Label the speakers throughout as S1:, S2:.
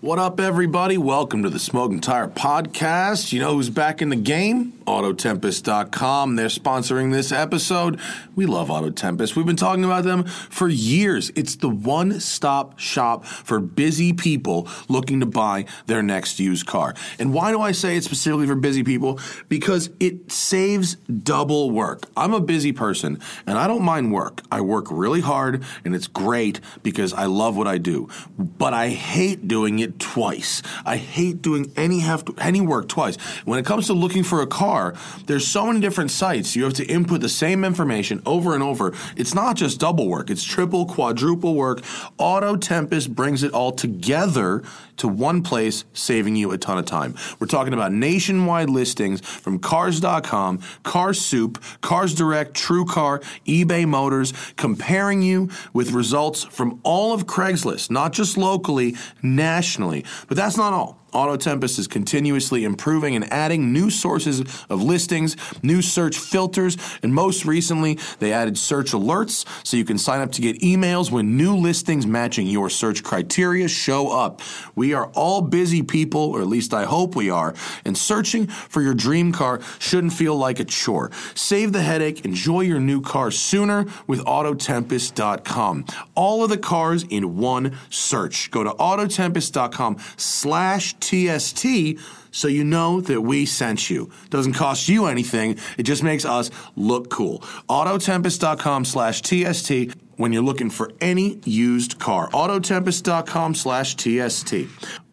S1: What up, everybody? Welcome to the Smoke and Tire Podcast. You know who's back in the game? Autotempest.com. They're sponsoring this episode. We love Autotempest. We've been talking about them for years. It's the one stop shop for busy people looking to buy their next used car. And why do I say it specifically for busy people? Because it saves double work. I'm a busy person and I don't mind work. I work really hard and it's great because I love what I do. But I hate doing it twice. I hate doing any have to, any work twice. When it comes to looking for a car, there's so many different sites. You have to input the same information over and over. It's not just double work. It's triple, quadruple work. Auto Tempest brings it all together to one place, saving you a ton of time. We're talking about nationwide listings from cars.com, Car Soup, Cars Direct, True Car, eBay Motors, comparing you with results from all of Craigslist, not just locally, nationally. But that's not all. Auto Tempest is continuously improving and adding new sources of listings, new search filters, and most recently, they added search alerts so you can sign up to get emails when new listings matching your search criteria show up. We are all busy people, or at least I hope we are, and searching for your dream car shouldn't feel like a chore. Save the headache, enjoy your new car sooner with autotempest.com. All of the cars in one search. Go to autotempest.com slash TST so you know that we sent you. Doesn't cost you anything. It just makes us look cool. Autotempest.com slash TST when you're looking for any used car. Autotempest.com slash TST.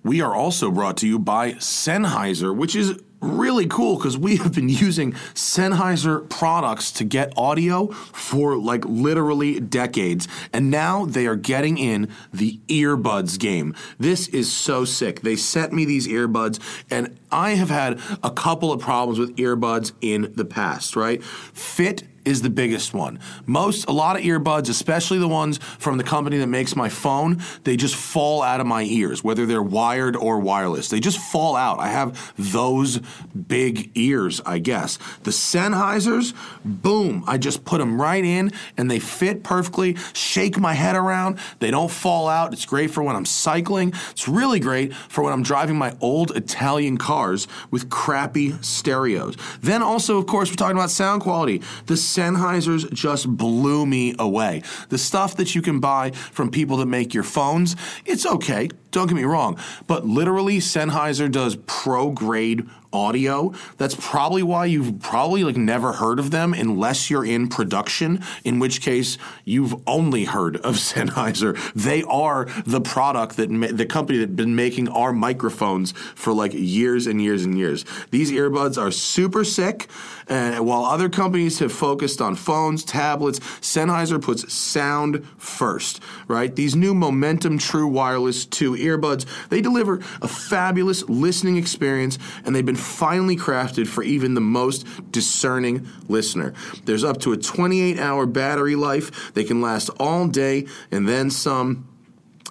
S1: We are also brought to you by Sennheiser, which is really cool because we have been using Sennheiser products to get audio for like literally decades. And now they are getting in the earbuds game. This is so sick. They sent me these earbuds, and I have had a couple of problems with earbuds in the past, right? Fit is the biggest one. Most, a lot of earbuds, especially the ones from the company that makes my phone, they just fall out of my ears, whether they're wired or wireless. They just fall out. I have those big ears, I guess. The Sennheisers, boom, I just put them right in and they fit perfectly, shake my head around. They don't fall out. It's great for when I'm cycling. It's really great for when I'm driving my old Italian cars with crappy stereos. Then also, of course, we're talking about sound quality. The Sennheisers just blew me away. The stuff that you can buy from people that make your phones, it's okay, don't get me wrong, but literally Sennheiser does pro grade audio. That's probably why you've probably like never heard of them unless you're in production, in which case you've only heard of Sennheiser. They are the product that ma- the company that's been making our microphones for like years and years and years. These earbuds are super sick, and while other companies have focused on phones, tablets, Sennheiser puts sound first, right? These new Momentum True Wireless 2 earbuds, they deliver a fabulous listening experience and they've been finely crafted for even the most discerning listener. There's up to a 28 hour battery life. They can last all day and then some.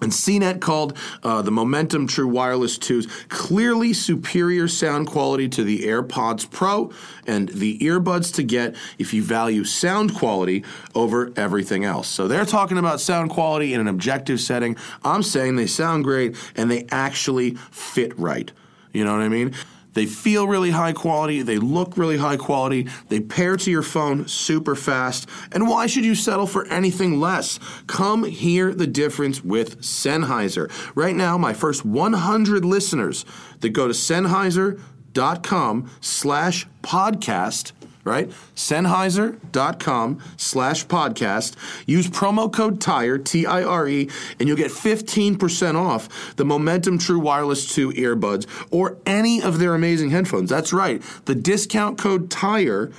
S1: And CNET called uh, the Momentum True Wireless 2s clearly superior sound quality to the AirPods Pro and the earbuds to get if you value sound quality over everything else. So they're talking about sound quality in an objective setting. I'm saying they sound great and they actually fit right. You know what I mean? They feel really high quality. They look really high quality. They pair to your phone super fast. And why should you settle for anything less? Come hear the difference with Sennheiser. Right now, my first 100 listeners that go to Sennheiser.com slash podcast right? Sennheiser.com slash podcast. Use promo code TIRE, T I R E, and you'll get 15% off the Momentum True Wireless 2 earbuds or any of their amazing headphones. That's right. The discount code TIRE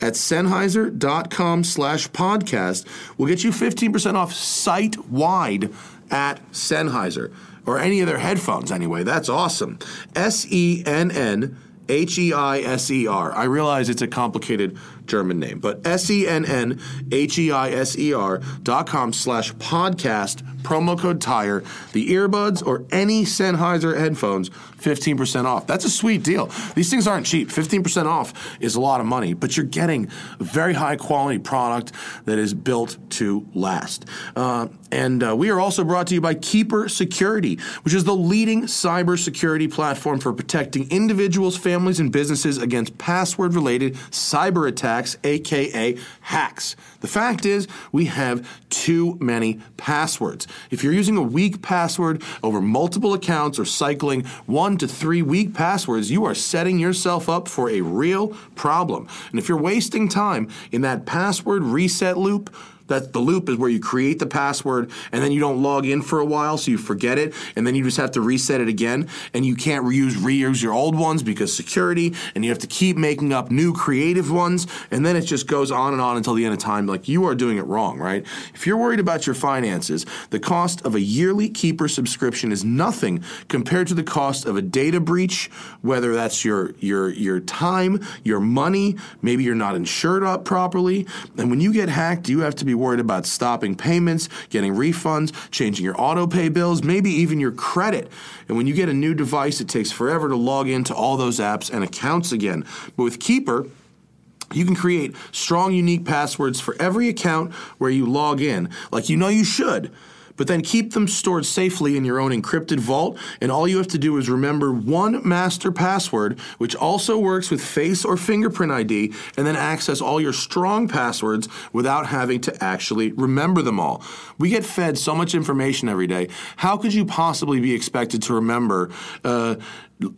S1: at Sennheiser.com slash podcast will get you 15% off site wide at Sennheiser or any of their headphones anyway. That's awesome. S E N N. H E I S E R. I realize it's a complicated German name. But S E N N H E I S E R dot com slash podcast, promo code tire, the earbuds or any Sennheiser headphones, 15% off. That's a sweet deal. These things aren't cheap. 15% off is a lot of money, but you're getting a very high quality product that is built to last. Uh, and uh, we are also brought to you by Keeper Security, which is the leading cybersecurity platform for protecting individuals, families, and businesses against password related cyber attacks, aka hacks. The fact is, we have too many passwords. If you're using a weak password over multiple accounts or cycling one to three weak passwords, you are setting yourself up for a real problem. And if you're wasting time in that password reset loop, that the loop is where you create the password and then you don't log in for a while, so you forget it, and then you just have to reset it again, and you can't reuse reuse your old ones because security, and you have to keep making up new creative ones, and then it just goes on and on until the end of time. Like you are doing it wrong, right? If you're worried about your finances, the cost of a yearly keeper subscription is nothing compared to the cost of a data breach, whether that's your your your time, your money, maybe you're not insured up properly. And when you get hacked, you have to be worried about stopping payments, getting refunds, changing your auto pay bills, maybe even your credit. And when you get a new device, it takes forever to log into all those apps and accounts again. But with Keeper, you can create strong, unique passwords for every account where you log in, like you know you should but then keep them stored safely in your own encrypted vault. And all you have to do is remember one master password, which also works with face or fingerprint ID, and then access all your strong passwords without having to actually remember them all. We get fed so much information every day. How could you possibly be expected to remember? Uh,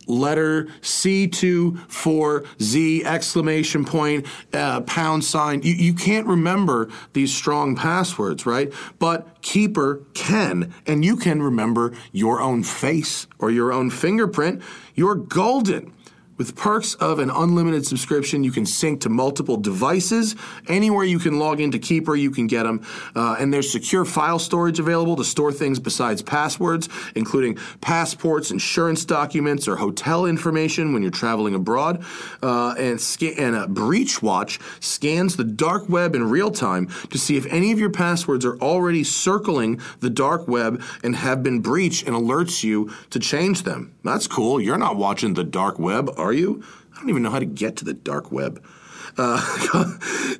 S1: letter C24Z exclamation point uh, pound sign. You, you can't remember these strong passwords, right? But Keeper can, and you can remember your own face or your own fingerprint. You're golden. With perks of an unlimited subscription, you can sync to multiple devices. Anywhere you can log into Keeper, you can get them. Uh, and there's secure file storage available to store things besides passwords, including passports, insurance documents, or hotel information when you're traveling abroad. Uh, and, sca- and a breach watch scans the dark web in real time to see if any of your passwords are already circling the dark web and have been breached and alerts you to change them. That's cool. You're not watching the dark web, are are you? I don't even know how to get to the dark web. Uh,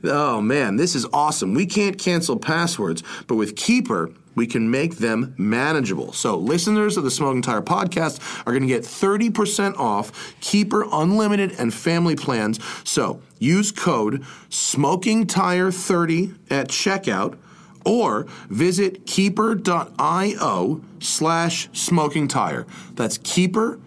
S1: oh man, this is awesome. We can't cancel passwords, but with Keeper, we can make them manageable. So, listeners of the Smoking Tire podcast are going to get 30% off Keeper Unlimited and Family plans. So, use code Smoking Tire 30 at checkout or visit keeper.io slash smoking tire. That's keeper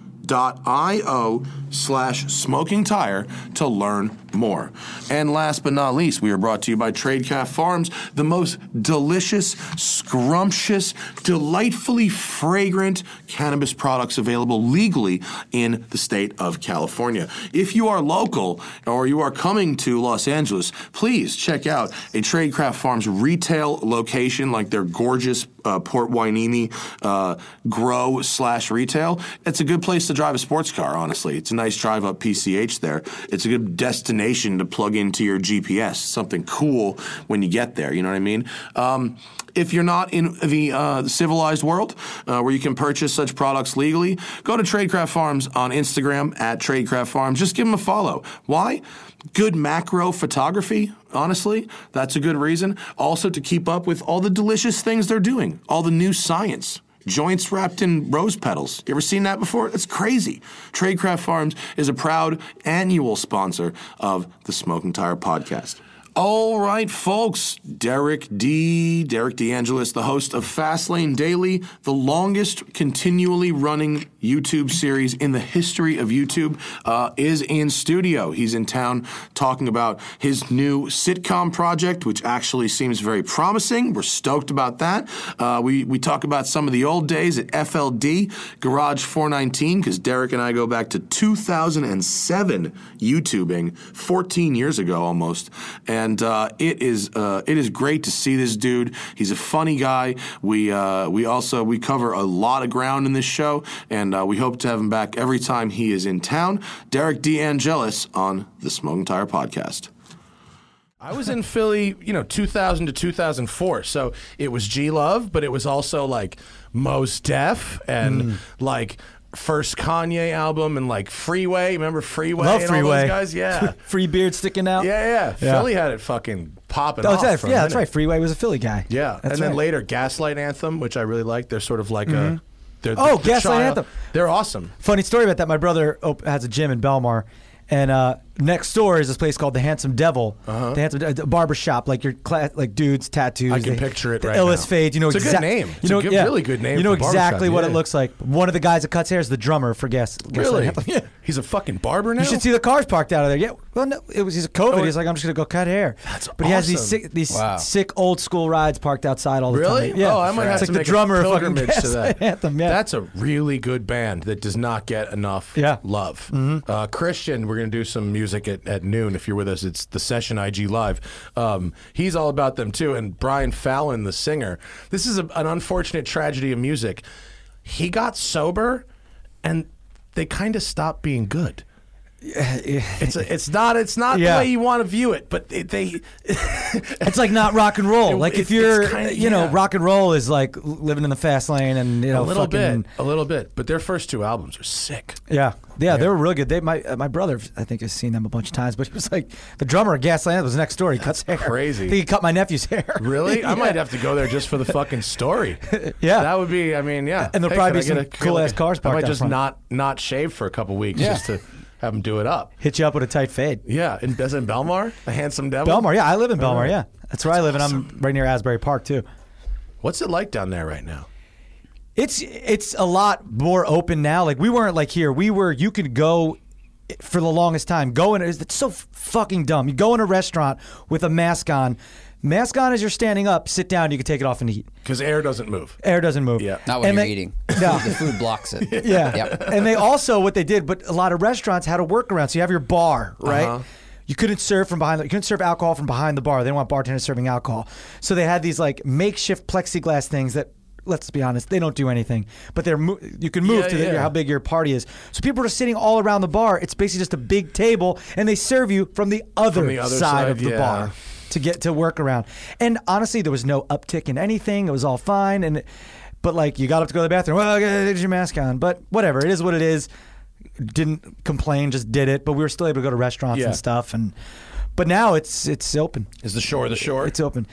S1: io slash smoking tire to learn more. And last but not least, we are brought to you by Trade Calf Farms, the most delicious, scrumptious, delightfully fragrant cannabis products available legally in the state of California. If you are local or you are coming to Los Angeles, please check out a Trade Craft Farms retail location like their gorgeous uh, Port Wainini uh, grow slash retail. It's a good place to drive a sports car, honestly. It's a nice drive up PCH there. It's a good destination to plug into your GPS, something cool when you get there. You know what I mean? Um, if you're not in the uh, civilized world uh, where you can purchase such products legally, go to Tradecraft Farms on Instagram at Tradecraft Farms. Just give them a follow. Why? Good macro photography, honestly. That's a good reason. Also, to keep up with all the delicious things they're doing, all the new science joints wrapped in rose petals. You ever seen that before? That's crazy. Tradecraft Farms is a proud annual sponsor of the Smoking Tire podcast. All right, folks. Derek D. Derek DeAngelis, the host of Fastlane Daily, the longest continually running YouTube series in the history of YouTube, uh, is in studio. He's in town talking about his new sitcom project, which actually seems very promising. We're stoked about that. Uh, we we talk about some of the old days at FLD Garage 419 because Derek and I go back to 2007 YouTubing, 14 years ago almost, and uh, it is uh, it is great to see this dude. He's a funny guy. We uh, we also we cover a lot of ground in this show, and uh, we hope to have him back every time he is in town. Derek DeAngelis on the Smoking Tire Podcast. I was in Philly, you know, 2000 to 2004. So it was G Love, but it was also like Mos Def and
S2: Hmm.
S1: like first Kanye album and like Freeway. Remember Freeway?
S2: Love
S1: and All
S2: Freeway.
S1: those guys, yeah.
S2: Free beard sticking out.
S1: yeah, yeah,
S2: Yeah.
S1: Philly had it fucking popping
S2: Oh,
S1: off.
S2: that's right.
S1: for a
S2: yeah, that's
S1: minute.
S2: right. Freeway was a Philly guy.
S1: Yeah,
S2: That's
S1: and then
S2: right.
S1: later Gaslight Anthem, which I really like. They're sort of like a they're
S2: Oh,
S1: the
S2: Gaslight
S1: child-
S2: Anthem.
S1: They're awesome.
S2: Funny story about that. My brother op- has a gym in Belmar, and uh, next door is this place called the Handsome Devil. The Handsome De- a barber shop, like your class, like dudes tattoos.
S1: Uh-huh. I can
S2: the-
S1: picture it
S2: The
S1: right
S2: illest
S1: now.
S2: fades. You know
S1: It's a good
S2: exact-
S1: name.
S2: You
S1: It's a
S2: know,
S1: good-
S2: yeah.
S1: really good name
S2: You know
S1: for a barber shop,
S2: exactly what it
S1: yeah.
S2: looks like. One of the guys that cuts hair is the drummer for Guess. Guess
S1: Really,
S2: What?
S1: he's a fucking barber now.
S2: You should see the cars parked out of there. Yeah, well, no, it was he's COVID.
S1: it-
S2: he's like, I'm just gonna go cut hair.
S1: Oh, That's
S2: but he has these
S1: awesome.
S2: sick, these
S3: Wow.
S2: sick old school rides parked outside all the
S1: Really?
S2: time. Yeah,
S1: Oh, I might have
S2: it's
S1: to
S2: like
S1: make
S2: the drummer
S1: a
S2: of fucking
S1: pilgrimage to
S2: Gaslight
S1: that.
S2: Anthem. Yeah,
S1: That's a really good band that does not get enough
S2: Yeah. Mm-hmm.
S1: love. Uh, Christian, we're going to do some music at, at noon. If you're with us, it's the session IG Live. Um, he's all about them too. And Brian Fallon, the singer. This is a, an unfortunate tragedy of music. He got sober and they kind of stopped being good. It's, it's not it's not
S2: Yeah.
S1: the way you want to view it, but it, they
S2: It's like not rock and roll.
S1: It-
S2: like
S1: it's-
S2: if you're,
S1: it's kinda-
S2: you know,
S1: yeah.
S2: rock and roll is like living in the fast lane and you know,
S1: a little
S2: fucking,
S1: bit, a little bit. But their first two albums are sick.
S2: Yeah, yeah, they were real good. They my uh, my brother I think has seen them a bunch of times, but he was like the drummer of Gaslight Anthem was next door. He cuts hair.
S1: crazy.
S2: I think he cut my nephew's hair.
S1: Really? I
S2: Yeah.
S1: might have to go there just for the fucking story.
S2: Yeah.
S1: that would be. I mean, yeah.
S2: And there'll
S1: Hey,
S2: probably
S1: can
S2: be
S1: I get a-
S2: some
S1: can I
S2: cool-ass
S1: like a-
S2: cars
S1: I
S2: parked
S1: might
S2: out
S1: just
S2: front.
S1: not not shave for a couple weeks just to have them do it up.
S2: hit you up with a tight fade.
S1: Yeah, and does in Belmar, the handsome devil.
S2: Belmar, yeah, I live in Belmar. Yeah, that's where I live, and I'm right near Asbury Park too.
S1: What's it like down there right now?
S2: It's it's a lot more open now. Like we weren't like here. We were. You could go for the longest time. Go in. It's so fucking dumb. You go in a restaurant with a mask on. Mask on as you're standing up. Sit down. You can take it off and eat.
S1: Because air doesn't move.
S2: Air doesn't move.
S1: Yeah.
S3: Not when
S2: And
S3: you're
S2: they-
S3: eating.
S2: No.
S3: the food blocks it.
S2: Yeah.
S3: Yep.
S2: And they also what they did, but a lot of restaurants had a workaround. So you have your bar, right? You couldn't serve from behind. The, you couldn't serve alcohol from behind the bar. They didn't want bartenders serving alcohol. So they had these like makeshift plexiglass things that. Let's be honest, they don't do anything, but they're mo- you can move
S1: Yeah,
S2: to the,
S1: yeah.
S2: how big your party is. So people are sitting all around the bar. It's basically just a big table, and they serve you from the other,
S1: the other
S2: side,
S1: side,
S2: of the
S1: yeah.
S2: bar to get to work around. And honestly, there was no uptick in anything. It was all fine. And but like you got up to go to the bathroom. Well, okay, there's your mask on. But whatever, it is what it is. Didn't complain, just did it. But we were still able to go to restaurants
S1: Yeah.
S2: and stuff. And but now it's it's open.
S1: Is the shore the shore?
S2: It's open.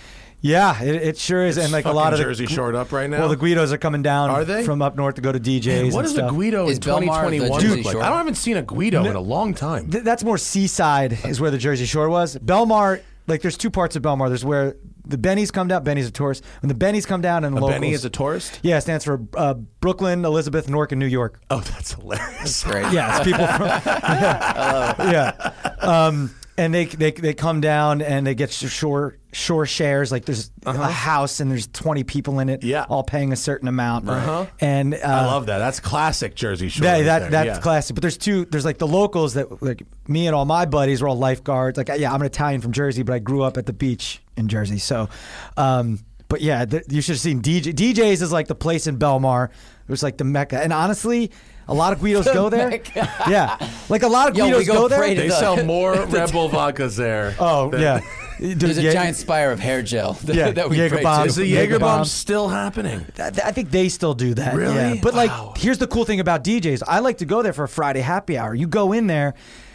S2: Yeah, it, it sure is. and like a lot of
S1: fucking
S2: the,
S1: Jersey shored up right now.
S2: Well, the Guidos are coming down.
S1: Are they?
S2: from up north to go to DJs?
S1: what
S2: and
S1: is a
S2: stuff.
S1: Guido
S3: Is
S1: in
S3: Belmar the
S1: 2021
S3: Jersey
S1: look like?
S3: Shore?
S1: I don't haven't seen a Guido in a long time.
S2: Th- that's more seaside is where the Jersey Shore was. Belmar, like there's two parts of Belmar. There's where the Bennies come down. Bennies are tourists. When the Bennies come down and the locals.
S1: Benny is a tourist.
S2: yeah, it stands for uh, Brooklyn, Elizabeth, Newark, and New York.
S1: Oh, that's hilarious.
S3: Great.
S2: Yeah, it's people from. yeah. yeah. Um, and they, they they come down and they get shore shore shares. Like there's a house and there's 20 people in it.
S1: Uh-huh. Yeah.
S2: all paying a certain amount. Uh-huh. And uh,
S1: I love that. That's classic Jersey Shore.
S2: Yeah,
S1: right
S2: that
S1: there.
S2: that's
S1: Yeah.
S2: classic. But there's two. There's like the locals that like me and all my buddies were all lifeguards. Like yeah, I'm an Italian from Jersey, but I grew up at the beach in Jersey. So, um, but yeah, th- you should have seen DJ. DJs is like the place in Belmar. It was like the mecca. And honestly, a lot of Guidos go there. Yeah, like a lot of
S3: Yo, we
S2: Guidos
S3: go
S2: go there.
S3: pray to
S1: They
S3: The-
S1: sell more Red Bull vodkas there.
S2: oh
S1: than-
S2: yeah,
S3: There's a
S2: Yeah,
S3: giant spire of hair gel that,
S2: Yeah,
S3: that we
S2: Jaeger
S3: pray
S2: bomb.
S3: to.
S1: Is the
S2: Jaeger
S1: Jaeger bomb
S2: bomb.
S1: still happening?
S2: I th- I think they still do that.
S1: Really?
S2: Yeah. But
S1: Wow.
S2: like, here's the cool thing about DJs. I like to go there for a Friday happy hour. You go in there,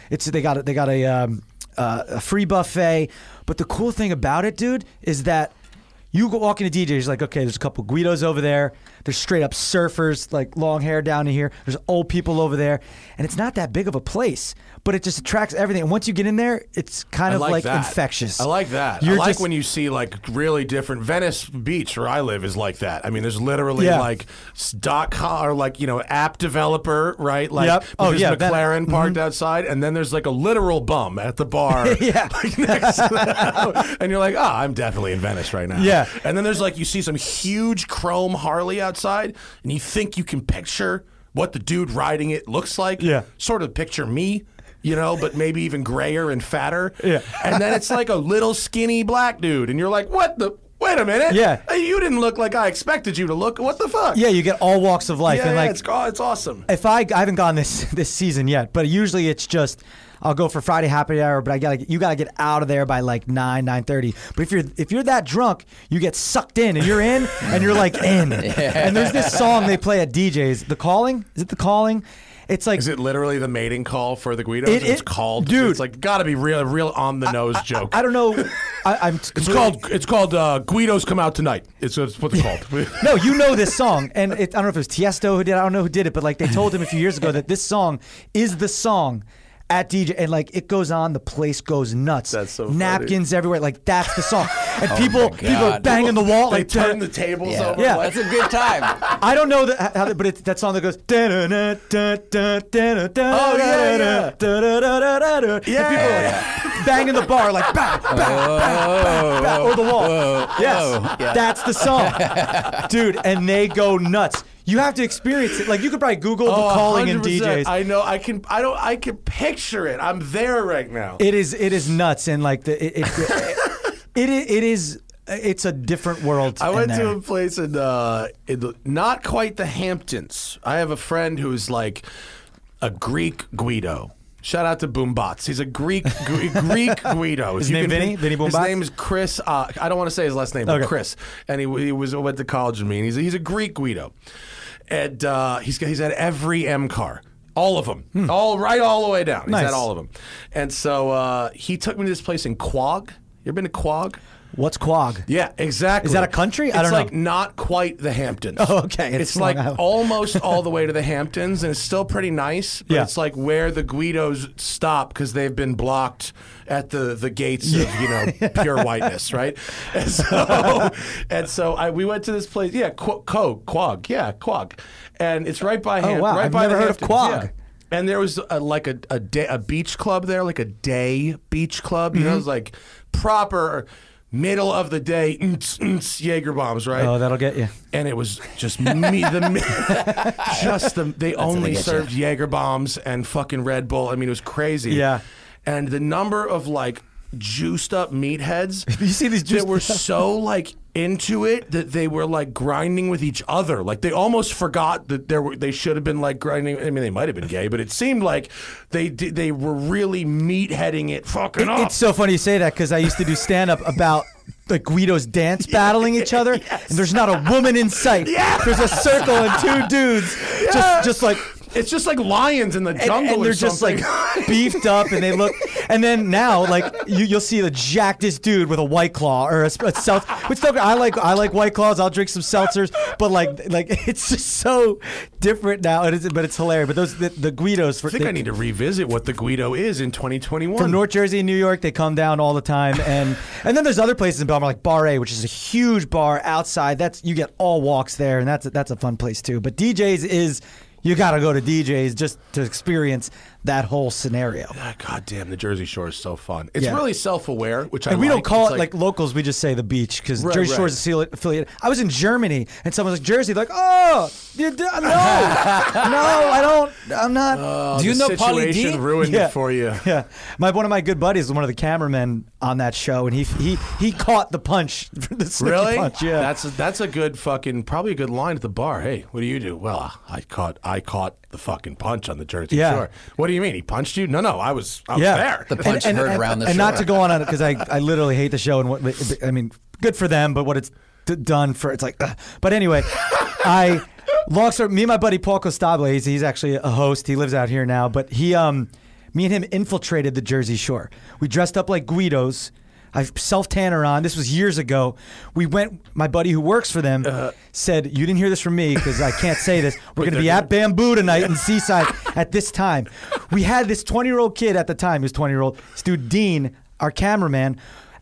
S2: it's they got a, they got a um, uh, a free buffet. But the cool thing about it, dude, is that you go walk into DJs like, okay, there's a couple Guidos over there. There's straight up surfers, like long hair down to here. There's old people over there, and it's not that big of a place, but it just attracts everything. And once you get in there, it's kind
S1: I
S2: of
S1: like,
S2: like,
S1: that.
S2: infectious.
S1: I like that.
S2: You're
S1: I like
S2: just-
S1: when you see like really different Venice Beach where I live is like that. I mean, there's literally
S2: Yeah.
S1: like s- dot com or like you know app developer right. Like
S2: Yep. Oh,
S1: there's
S2: yeah, mm-hmm. that-
S1: McLaren parked outside, and then there's like a literal bum at the bar.
S2: Yeah.
S1: like, next to the house. and you're like, oh, I'm definitely in Venice right now.
S2: Yeah.
S1: And then there's like you see some huge chrome Harley outside, and you think you can picture what the dude riding it looks like
S2: Yeah.
S1: sort of picture me, you know, but maybe even grayer and fatter.
S2: Yeah.
S1: And then it's like a little skinny black dude, and you're like, what the? wait a minute.
S2: Yeah.
S1: Hey, You didn't look like I expected you to look. What the fuck?
S2: Yeah, you get all walks of life
S1: Yeah,
S2: and
S1: yeah,
S2: like
S1: it's, aw- it's awesome.
S2: if I I haven't gone this this season yet, but usually it's just I'll go for Friday happy hour, but I gotta you gotta get out of there by like nine nine thirty. But if you're if you're that drunk, you get sucked in and you're in and you're like in. And there's this song they play at DJs, the calling is it the calling? It's like
S1: Is it literally the mating call for the Guidos?
S2: It-
S1: it's
S2: it-
S1: called,
S2: dude.
S1: It's like gotta be real, real on the nose joke.
S2: I don't know. I, I'm.
S1: it's called. It's called uh, Guidos come out tonight. It's, it's what it's called.
S2: No, you know this song, and it, I don't know if it was Tiesto who did. it, I don't know who did it, but like they told him a few years ago that this song is the song at DJ, and like it goes on, the place goes nuts.
S1: That's so funny. Oh
S2: napkins everywhere, like that's the song, and people people are
S3: God.
S2: banging the wall.
S1: they
S2: like,
S1: turn the tables
S3: Yeah.
S1: over.
S2: Yeah.
S3: That's a good time.
S2: I don't know that, how, but it's that song that goes. Oh
S1: yeah, yeah.
S2: yeah. People are like banging the bar like bang, bang, bang, bang, bang, or the wall. yes, that's the song, dude. And they go nuts. You have to experience it. Like you could probably Google the
S1: Oh,
S2: calling and
S1: 100%.
S2: DJs.
S1: I know. I can. I don't. I can picture it. I'm there right now.
S2: it is it is nuts and like the it it, it, i- it is it's a different world.
S1: I
S2: in
S1: went to
S2: there.
S1: a place in, uh, in the, not quite the Hamptons. I have a friend who's like a Greek Guido. Shout out to Boombots. He's a Greek Gre- Greek Guido. His
S2: name Vinny? Vinny
S1: His
S2: Boombats?
S1: name is Chris. Uh, I don't want to say his last name, but
S2: Okay.
S1: Chris. And he, he was went to college with me. And he's a, he's a Greek Guido, and uh, he's got- he's at every M car. All of them, all right, all the way down. He's
S2: Hmm. Nice.
S1: at all of them, and so uh, he took me to this place in Quag. You ever been to Quag?
S2: What's Quag?
S1: Yeah, exactly.
S2: Is that a country? I
S1: it's
S2: don't know.
S1: like not quite the Hamptons.
S2: Oh, okay.
S1: It's,
S2: It's Long
S1: like
S2: Island.
S1: almost all the way to the Hamptons, and it's still pretty nice. But
S2: Yeah.
S1: it's like where the Guidos stop because they've been blocked at the, the gates of you know pure whiteness, right? And so, and so I, we went to this place. Yeah, Qu- Co Quag. Yeah, Quag, and it's right by. Ham-
S2: Oh, wow.
S1: right
S2: I've
S1: by the
S2: never heard of
S1: Hamptons,
S2: Quag.
S1: yeah. And there was a, like a a, day, a beach club there, like a day beach club. You know, it was like proper middle of the day mm-ts, mm-ts, Jaeger bombs, right?
S2: Oh, that'll get you.
S1: and it was just me. The me- just the they only
S3: get
S1: served Jaeger bombs and fucking Red Bull. I mean, it was crazy.
S2: Yeah.
S1: and the number of like juiced up meatheads.
S2: You see these juiced
S1: that were so like into it that they were like grinding with each other. Like they almost forgot that there were they should have been like grinding. I mean, they might have been gay, but it seemed like they did, they were really meatheading it fucking
S2: It-
S1: up.
S2: It's so funny you say that because I used to do stand up about the Guidos dance battling each other, and there's not a woman in sight.
S1: Yeah.
S2: There's a circle and two dudes
S1: Yeah.
S2: just just like.
S1: It's just like lions in the
S2: And,
S1: jungle
S2: and
S1: or
S2: they're just
S1: something.
S2: like beefed up, and they look. And then now, like you, you'll see the jackedest dude with a white claw or a, a seltzer. Which don't, I like. I like white claws. I'll drink some seltzers, but like, like it's just so different now. It is, but it's hilarious. But those the, the Guidos for
S1: I think I need to revisit what the Guido is in 2021.
S2: from North Jersey and New York, they come down all the time, and and then there's other places in Belmar like Bar A, which is a huge bar outside. That's you get all walks there, and that's a, that's a fun place too. But DJs is you gotta go to DJs just to experience that whole scenario.
S1: Ah, God damn, the Jersey Shore is so fun. It's
S2: Yeah.
S1: really self-aware, which I
S2: And we don't
S1: like.
S2: call
S1: It's
S2: it like, locals; we just say the beach because
S1: Right,
S2: Jersey
S1: right.
S2: Shore is affili- affiliated. I was in Germany, and someone was like Jersey, like oh, you d- no, no, I don't, I'm not.
S1: oh,
S3: Do you
S1: the
S3: know Pauly
S1: situation
S3: D?
S1: ruined
S2: Yeah.
S1: it for you.
S2: Yeah, my one of my good buddies was one of the cameramen on that show, and he he he caught the punch, the snooki
S1: Really?
S2: punch. Yeah,
S1: That's a, that's a good fucking probably a good line at the bar. Hey, what do you do? Well, I caught I caught the fucking punch on the Jersey
S2: Yeah.
S1: Shore. What do you mean? He punched you? No, no, I was I was
S2: yeah.
S1: there.
S3: The punch heard around the
S2: and not
S3: shore.
S2: to go on on it because I I literally hate the show and what I mean. Good for them, but what it's d- done for it's like. ugh. But anyway, I long story. Me and my buddy Paul Costable, he's he's actually a host. He lives out here now, but he um, me and him infiltrated the Jersey Shore. We dressed up like Guidos. I self tanner on. This was years ago. We went. My buddy who works for them said, "You didn't hear this from me because I can't say this. We're going to be at Bamboo tonight in Seaside at this time." We had this 20 year old kid at the time. He was 20 year old. This dude Dean, our cameraman,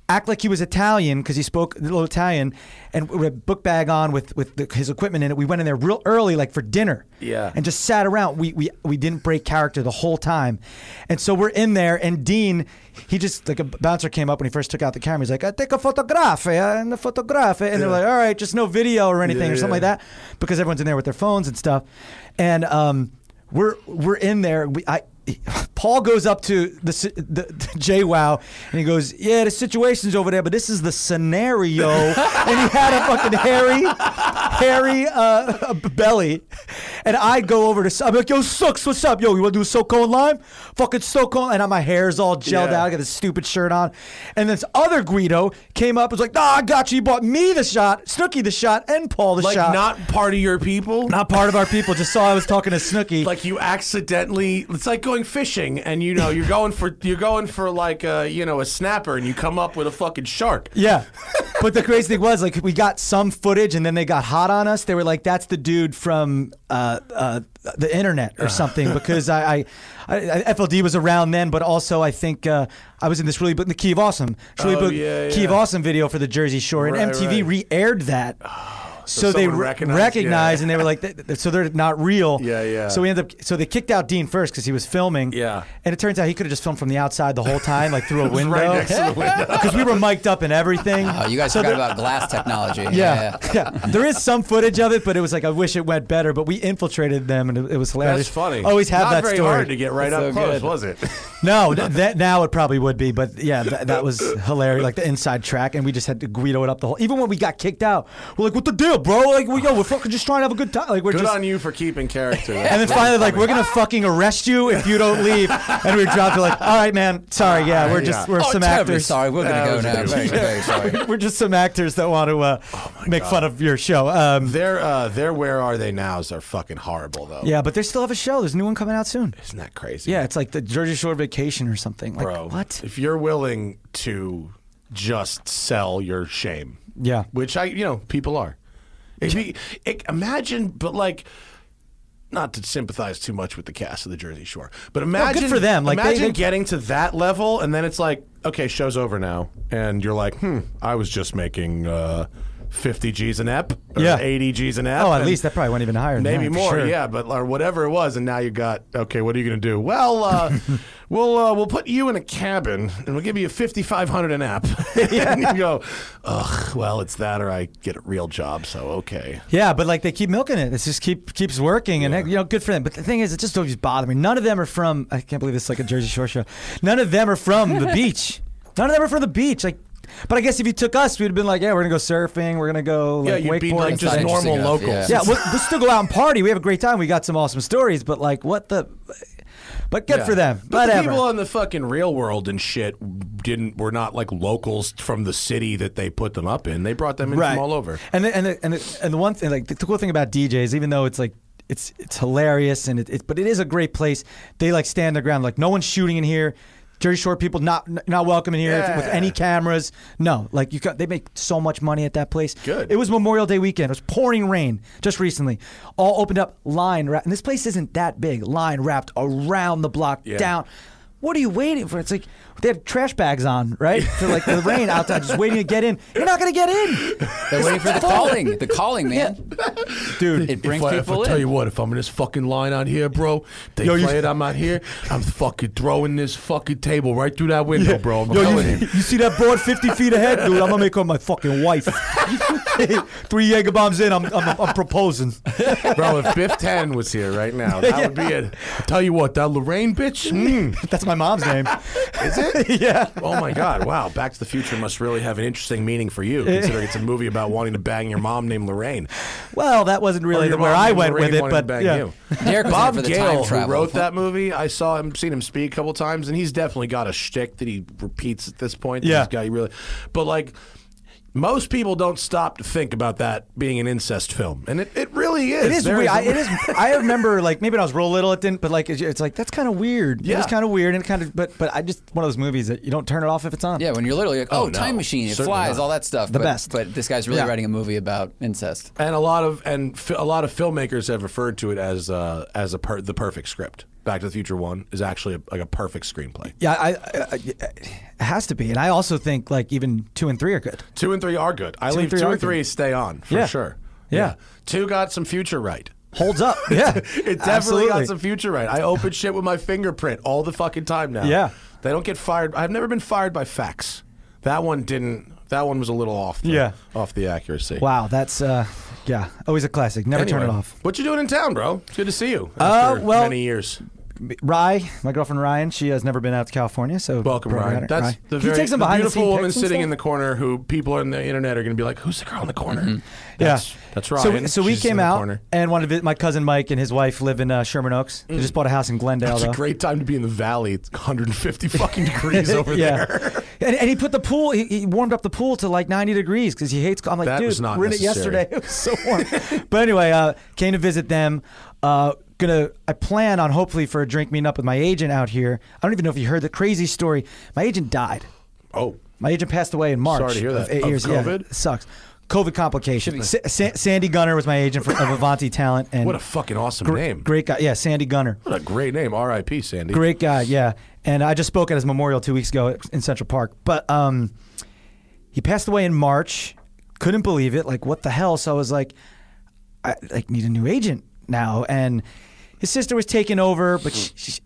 S2: act like he was Italian because he spoke a little Italian, and with a book bag on with with the, his equipment in it. We went in there real early, like for dinner.
S1: Yeah.
S2: And just sat around. We we we didn't break character the whole time, and so we're in there. And Dean, he just like a bouncer came up when he first took out the camera. He's like, "I take a photograph eh, and a photograph," eh," and they're like, "All right, just no video or anything or
S1: yeah.
S2: something like that," because everyone's in there with their phones and stuff, and um. We're we're in there. We I Paul goes up to the, si- the, the Jay Wow and he goes, "Yeah, the situation's over there, but this is the scenario." and he had a fucking hairy, hairy uh, belly, and I go over to s- I'm like, "Yo, Sooks, what's up? Yo, you want to do SoCo and Lime? Fucking SoCo." And my hair's all gelled
S1: Yeah.
S2: out. I got this stupid shirt on, and this other Guido came up and was like, "Nah, I got you. You bought me the shot, Snooky the shot, and Paul the
S1: Like
S2: shot."
S1: not part of your people.
S2: not part of our people. Just saw I was talking to Snooky.
S1: like you accidentally it's like going fishing and you know you're going for you're going for like a you know a snapper and you come up with a fucking shark
S2: Yeah. but the crazy thing was, like, we got some footage and then they got hot on us. They were like, that's the dude from uh, uh, the internet or something because I, I, I, FLD was around then, but also I think uh, I was in this really, but the Key of Awesome, it's really
S1: Oh,
S2: big
S1: yeah,
S2: Key of
S1: yeah.
S2: Awesome video for the Jersey Shore
S1: Right,
S2: and MTV
S1: right. Oh,
S2: re aired that. So, they
S1: someone
S2: re-
S1: recognized-
S2: recognized,
S1: yeah.
S2: and they were like, th- th- so they're not real.
S1: Yeah, yeah.
S2: So we ended up, so they kicked out Dean first because he was filming.
S1: Yeah.
S2: And it turns out he could have just filmed from the outside the whole time, like through a
S1: was
S2: window.
S1: right next to the window.
S2: Because we were mic'd up and everything.
S3: Oh, you guys
S2: So
S3: forgot
S2: there-
S3: about glass technology.
S2: Yeah, yeah. There is some footage of it, but it was like I wish it went better. But we infiltrated them, and it, it was hilarious.
S1: that's funny
S2: Always have
S1: Not
S2: that
S1: very
S2: story.
S1: hard to get right
S3: That's
S1: up
S3: so
S1: close
S3: good.
S1: was it
S2: No, th- that now it probably would be, but yeah, that, that was hilarious. Like the inside track, and we just had to Guido it up the whole. Even when we got kicked out, we're like, "What the deal, bro? Like, we, yo, we're fucking just trying to have a good time. Like, we're
S1: good
S2: just."
S1: on you for keeping character
S2: and then finally, like, we're gonna fucking arrest you if you don't leave. And we dropped it like, all right, man, sorry, yeah, we're just
S1: Yeah.
S2: we're
S3: Oh,
S2: some
S3: terribly
S2: actors.
S3: sorry. We're
S1: That
S3: going
S1: was
S3: to go now.
S1: good.
S3: Very, very sorry.
S2: We're just some actors that want to uh,
S1: Oh
S2: make fun of your show. Um,
S1: their uh their where are they nows are fucking horrible though
S2: Yeah, but they still have a show. There's a new one coming out soon.
S1: isn't that crazy
S2: Yeah, it's like the Jersey Shore Vacation or something. Like,
S1: bro
S2: What?
S1: if you're willing to just sell your shame
S2: Yeah.
S1: which I, you know, people are. If you- it- imagine, but like, not to sympathize too much with the cast of the Jersey Shore, but imagine
S2: for them. Like, they-
S1: imagine
S2: they-
S1: getting to that level, and then it's like, okay, show's over now, and you're like, hmm, I was just making uh, 50 G's an ep, or
S2: Yeah.
S1: 80 G's an ep.
S2: Oh, at
S1: and
S2: least that probably went even higher. Than
S1: Maybe
S2: that, for
S1: more,
S2: sure.
S1: yeah, but or whatever it was, and now you got okay. What are you gonna do? Well, uh, we'll uh, we'll put you in a cabin, and we'll give you fifty five hundred an app. and you go, ugh. Well, it's that, or I get a real job. So okay.
S2: Yeah, but like they keep milking it. It just keep keeps working, and you know, good for them. But the thing is, it just always bothered me. None of them are from. I can't believe this is like a Jersey Shore show. None of them are from the beach. None of them are from the beach. Like, but I guess if you took us, we'd have been like, yeah, we're gonna go surfing. We're gonna go like
S1: yeah, you'd be
S2: wakeboarding.
S1: like
S3: It's
S1: just
S3: not interesting
S1: normal
S3: enough,
S1: locals.
S2: Yeah, we'll, we'll still go out and party. We have a great time. We got some awesome stories, but like, what the? But good
S1: Yeah.
S2: for them.
S1: But the
S2: Whatever.
S1: people in the fucking real world and shit didn't were not like locals from the city that they put them up in. They brought them in from all over.
S2: And the, and the, and the, and the one thing, like the, cool thing about DJs, even though it's like it's it's hilarious and it, it but it is a great place. They like stand their ground. Like no one's shooting in here. Jersey Shore people not not welcome in here if- with
S1: Yeah.
S2: any cameras. No, like you got they make so much money at that place.
S1: Good.
S2: It was Memorial Day weekend. It was pouring rain just recently. All opened up line wrap, and this place isn't that big. Line wrapped around the block
S1: Yeah.
S2: down. What are you waiting for? It's like they have trash bags on, right? For like the rain outside, just waiting to get in. You're not gonna get in.
S3: They're waiting for the calling. The calling, man.
S2: dude.
S3: It brings
S1: if I, if
S3: people
S1: I tell
S3: in.
S1: you what, if I'm in this fucking line out here, bro, if they
S2: Yo, you-
S1: play it, I'm out here. I'm fucking throwing this fucking table right through that window, bro. I'm
S2: Yo,
S1: telling
S2: you,
S1: you.
S2: you see that board 50 feet ahead, dude? I'm gonna make her my fucking wife. Three Jager bombs in, I'm, I'm, I'm proposing.
S1: bro, if Biff Ten was here right now, that would be it. I tell you what, that Lorraine bitch. mm.
S2: That's my mom's name. Is it? yeah.
S1: Oh my God! Wow, Back to the Future must really have an interesting meaning for you, considering it's a movie about wanting to bang your mom named Lorraine.
S2: Well, that wasn't
S1: Or
S2: really
S1: Oh, your
S2: where
S1: mom
S2: I
S1: named
S2: went
S1: Lorraine
S2: with it,
S1: wanting to
S2: but
S1: bang
S2: yeah.
S1: you.
S3: Derek was in
S1: Bob
S3: for the
S1: Gale,
S3: time
S1: who
S3: travel.
S1: wrote that movie, I saw him, seen him speak a couple times, and he's definitely got a shtick that he repeats at this point.
S2: Yeah.
S1: this guy really, but like. Most people don't stop to think about that being an incest film, and it, it really is.
S2: It is
S1: There
S2: weird. I,
S1: a-
S2: it is. I remember, like maybe when I was real little, it didn't. But like, it's, it's like that's kind of weird.
S1: Yeah.
S2: It's kind of weird and kind of. But but I just one of those movies that you don't turn it off if it's on.
S3: Yeah, when you're literally like, oh,
S1: no.
S3: time machine, it
S1: Certainly
S3: flies,
S1: not.
S3: all that stuff.
S2: The
S3: but,
S2: best.
S3: But this guy's really
S2: Yeah.
S3: writing a movie about incest.
S1: and a lot of and fi- a lot of filmmakers have referred to it as uh, as a per- the perfect script. Back to the Future One is actually a, like a perfect screenplay.
S2: Yeah. I, I, I, it has to be, and I also think like even two and three are good.
S1: Two and three are good. I
S2: Two and
S1: leave
S2: three
S1: two
S2: are
S1: and
S2: good.
S1: three stay on for
S2: Yeah.
S1: sure.
S2: Yeah.
S1: two got some future right.
S2: Holds up. Yeah.
S1: It definitely
S2: Absolutely.
S1: got some future right. I open shit with my fingerprint all the fucking time now.
S2: Yeah.
S1: They don't get fired. I've never been fired by fax. That one didn't. That one was a little off. The,
S2: Yeah.
S1: Off the accuracy.
S2: Wow, that's uh, yeah, always a classic. Never turn it
S1: Anyway,
S2: off.
S1: What you doing in town, bro? It's good to see you.
S2: Uh,
S1: after
S2: well-
S1: many years.
S2: Rye, my girlfriend Ryan, she has never been out to California, so
S1: Welcome,
S2: bring her
S1: Ryan.
S2: out-
S1: That's
S2: Rye.
S1: the
S2: Can you
S1: very
S2: take some
S1: the
S2: behind
S1: beautiful
S2: the
S1: woman sitting in the corner who people on the internet are going to be like, "Who's the girl in the corner?" That's, That's
S2: Mm-hmm. So,
S1: Ryan.
S2: we- so we
S1: She's in
S2: came
S1: the
S2: out
S1: corner.
S2: and wanted to visit my cousin Mike and his wife live in uh, Sherman Oaks. They just bought a house in Glendale.
S1: It's a
S2: though.
S1: great time to be in the valley. It's 150 fucking degrees over
S2: yeah.
S1: there.
S2: And, and he put the pool. He, he warmed up the pool to like 90 degrees because he hates. I'm like,
S1: That
S2: dude,
S1: was not
S2: we're in it
S1: necessary.
S2: yesterday. It was so warm. but anyway, uh, came to visit them. Uh, gonna. I plan on hopefully for a drink meeting up with my agent out here. I don't even know if you heard the crazy story. My agent died.
S1: Oh,
S2: My agent passed away in March.
S1: Sorry to hear that.
S2: Of eight
S1: Of
S2: years.
S1: COVID?
S2: Yeah, it sucks. COVID complications. Sa- Sa- Sandy Gunner was my agent for, of Avanti Talent, and
S1: what a fucking awesome name!
S2: great guy. Yeah, Sandy Gunner.
S1: What a great name. R.I.P. Sandy.
S2: Great guy, yeah. And I just spoke at his memorial two weeks ago in Central Park. But um, he passed away in March. Couldn't believe it. Like, what the hell? So I was like, I like need a new agent now. And his sister was taking over, but she, she,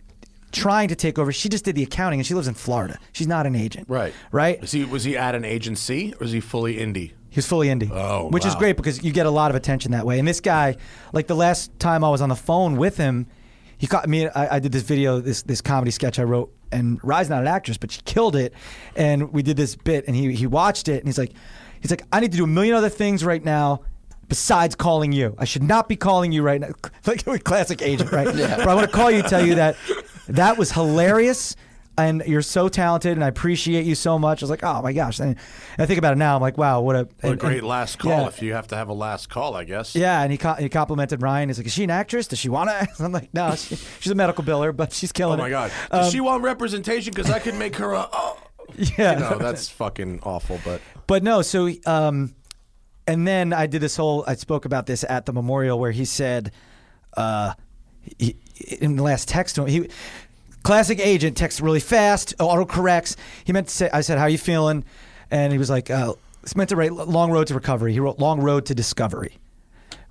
S2: trying to take over. She just did the accounting, and she lives in Florida. She's not an agent,
S1: Right.
S2: Right.
S1: Is he was he at an agency or is he fully indie?
S2: He was fully indie.
S1: Oh,
S2: which is
S1: wow.
S2: great because you get a lot of attention that way. And this guy, like the last time I was on the phone with him, he caught me. I, I did this video, this this comedy sketch I wrote, and Rye's not an actress, but she killed it. And we did this bit, and he he watched it, and he's like, he's like, I need to do a million other things right now. Besides calling you, I should not be calling you right now. Like a classic agent, right? But I want to call you, tell you that that was hilarious and you're so talented and I appreciate you so much. I was like, oh my gosh. And I think about it now. I'm like, wow, what a,
S1: What a
S2: and-
S1: great
S2: and-
S1: last call
S2: yeah.
S1: if you have to have a last call, I guess. Oh
S2: Yeah, and he, co- he complimented Ryan. He's like, is she an actress? Does she want to? I'm like, no, she, she's a medical biller, but she's
S1: Oh
S2: killing it. Um,
S1: my god. Does she want representation? Because I could make her a. Oh.
S2: Yeah.
S1: No, that's fucking awful. But
S2: But no, so um, and then I did this whole. I spoke about this at the memorial where he said, uh, he, in the last text to him, he classic agent texts really fast, auto corrects. He meant to say, I said, "How you feeling?" And he was like, uh, "It's meant to write long road to recovery." He wrote long road to discovery.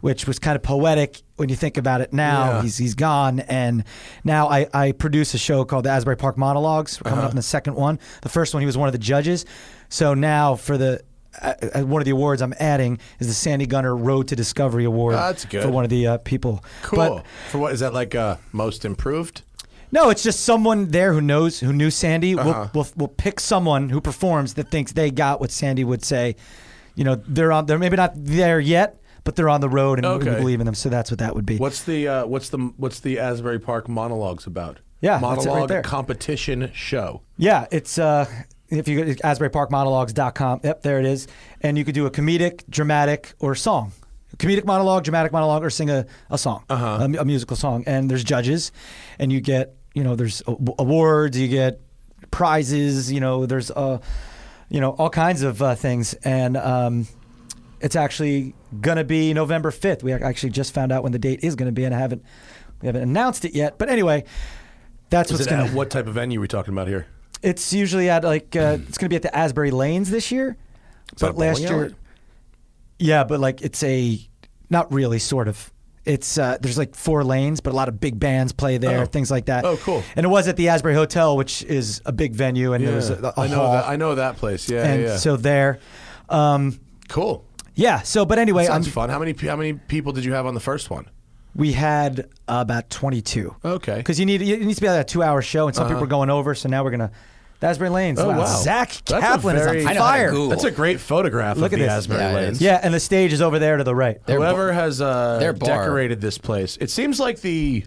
S2: Which was kind of poetic when you think about it now.
S1: Yeah.
S2: He's, he's gone. And now I, I produce a show called the Asbury Park Monologues. We're coming
S1: Uh-huh.
S2: up in the second one. The first one, he was one of the judges. So now for the uh, uh, one of the awards I'm adding is the Sandy Gunner Road to Discovery Award
S1: That's good.
S2: for one of the uh, people.
S1: cool.
S2: But
S1: For what is that like? Uh, most improved.
S2: no, it's just someone there who knows who knew Sandy.
S1: Uh-huh.
S2: We'll, we'll we'll pick someone who performs that thinks they got what Sandy would say. You know, they're on. They're maybe not there yet, but they're on the road, and we,
S1: Okay.
S2: we believe in them. So that's what that would be.
S1: What's the uh, what's the what's the Asbury Park monologues about?
S2: Yeah, that's it right
S1: monologue
S2: there.
S1: competition show.
S2: Yeah, it's uh, if you go to AsburyParkMonologues.com. Yep, there it is. And you could do a comedic, dramatic, or song. Comedic monologue, dramatic monologue, or sing a, a song, uh-huh. a, musical song. And there's judges, and you get, you know, there's a- awards, you get prizes, you know, there's, uh, you know, all kinds of uh, things. And um, it's actually going to be November 5th. We ac- actually just found out when the date is going to be, and I haven't, we haven't announced it yet. But anyway, that's
S1: Is
S2: what's
S1: it
S2: going
S1: at
S2: to
S1: what type of venue are we talking about here?
S2: it's usually at like uh, it's going to be at the Asbury Lanes this year,
S1: that
S2: but
S1: a
S2: last
S1: bowling
S2: year,
S1: alley?
S2: yeah, but like it's a not really sort of. It's uh, there's like four lanes, but a lot of big bands play there,
S1: Oh.
S2: things like that.
S1: Oh, cool.
S2: And it was at the Asbury Hotel, which is a big venue, and there was a,
S1: Yeah.
S2: a
S1: I know
S2: hall,
S1: that. I know that place. Yeah,
S2: and
S1: yeah.
S2: so there, um,
S1: cool.
S2: yeah. So, but anyway,
S1: Sounds
S2: I'm-
S1: fun. How many pe- how many people did you have on the first one?
S2: we had about 22.
S1: Okay. Uh-huh.
S2: because you need it needs to be like a two-hour show, and some people are going over, so now we're gonna. The Asbury Lanes.
S1: Oh, wow.
S2: Zach
S1: That's a
S2: Kaplan
S1: very-
S2: is
S1: I
S2: on
S3: know how to
S2: fire.
S3: Google
S1: That's a great photograph
S2: Look
S1: of
S2: at
S1: the
S2: this.
S1: Asbury
S3: Yeah, it
S1: Lanes.
S3: is.
S2: Yeah, and the stage is over there to the right.
S3: Their
S1: Whoever
S3: bar-
S1: has uh,
S3: their bar.
S1: decorated this place, it seems like the